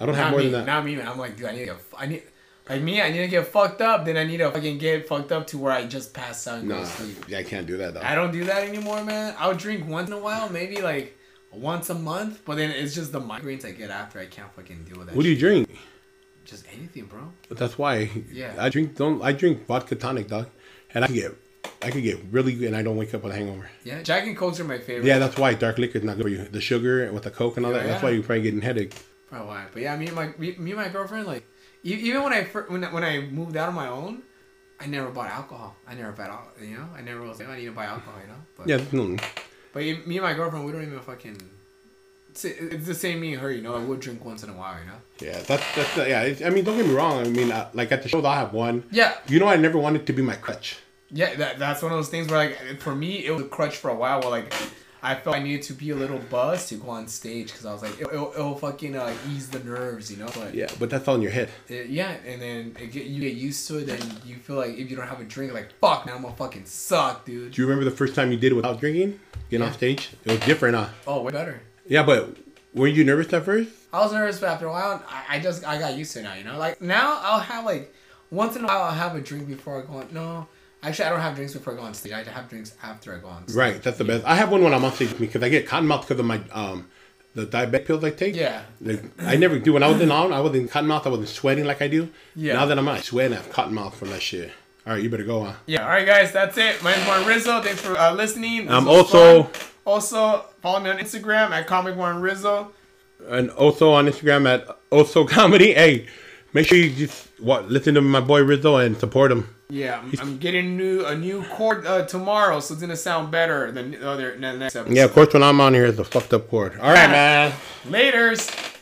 S3: I don't have
S2: Not
S3: more
S2: me,
S3: than that.
S2: not me, man. I'm like, dude, I need to get, fu- I need, like me, I need to get fucked up. Then I need to fucking get fucked up to where I just pass out and go
S3: No,
S2: to sleep.
S3: yeah, I can't do that though.
S2: I don't do that anymore, man. I'll drink once in a while, maybe like once a month, but then it's just the migraines I get after. I can't fucking deal with that.
S3: What do you drink?
S2: shit. Just anything, bro.
S3: That's why.
S2: Yeah.
S3: I drink. Don't. I drink vodka tonic, dog. And I can get. I could get really good, and I don't wake up with a hangover.
S2: Yeah, Jack and Cokes are my favorite.
S3: Yeah, that's why dark liquor is not good for you. The sugar with the coke and all that.
S2: Yeah.
S3: That's why you're probably getting headache.
S2: Probably why. But yeah, me and my me, me and my girlfriend like e- even when I fir- when I- when I moved out on my own, I never bought alcohol. I never bought al- you know. I never was like "Oh, I need to buy alcohol, you know. But,
S3: Yeah, no.
S2: But e- me and my girlfriend, we don't even fucking. It's it's the same me and her, you know. I would drink once in a while, you know.
S3: Yeah, that's that's yeah. It's, I mean, don't get me wrong. I mean, I, like at the shows, I have one.
S2: Yeah.
S3: You know, I never wanted to be my crutch.
S2: Yeah, that, that's one of those things where like for me it was a crutch for a while. Where like I felt I needed to be a little buzzed to go on stage because I was like it, it'll, it'll fucking uh, ease the nerves, you know. But
S3: Yeah, but that's all in your head.
S2: It- yeah, and then it get, you get used to it, and you feel like if you don't have a drink, like fuck, now I'm gonna fucking suck, dude.
S3: Do you remember the first time you did it without drinking? Getting off stage, it was different, huh?
S2: Oh, way better.
S3: Yeah, but were you nervous at first?
S2: I was nervous, but after a while, I, I just I got used to it now. You know, like now I'll have like once in a while I'll have a drink before I go on. No, actually I don't have drinks before I go on stage. I have drinks after I go on. stage.
S3: Right, that's the best. I have one when I'm on stage because I get cotton mouth because of my um, the diabetic pills I take.
S2: Yeah.
S3: Like, I never do. When I was in on, I was in cotton mouth. I wasn't sweating like I do.
S2: Yeah.
S3: Now that I'm out, I sweat and I have cotton mouth from that shit. All right, you better go on.
S2: Yeah. All right, guys, that's it. My name's Martin Rizzo. Thanks for uh, listening. This
S3: Um,
S2: was
S3: also-
S2: fun. also follow me on Instagram at Comic Martin Rizzo.
S3: and also on Instagram at Oso Comedy. Hey, make sure you just what listen to my boy Rizzo and support him.
S2: Yeah, I'm, I'm getting new a new chord uh, tomorrow, so it's gonna sound better than the other than the next episode.
S3: Yeah, of course when I'm on here it's a fucked up chord. All right, man.
S2: Laters.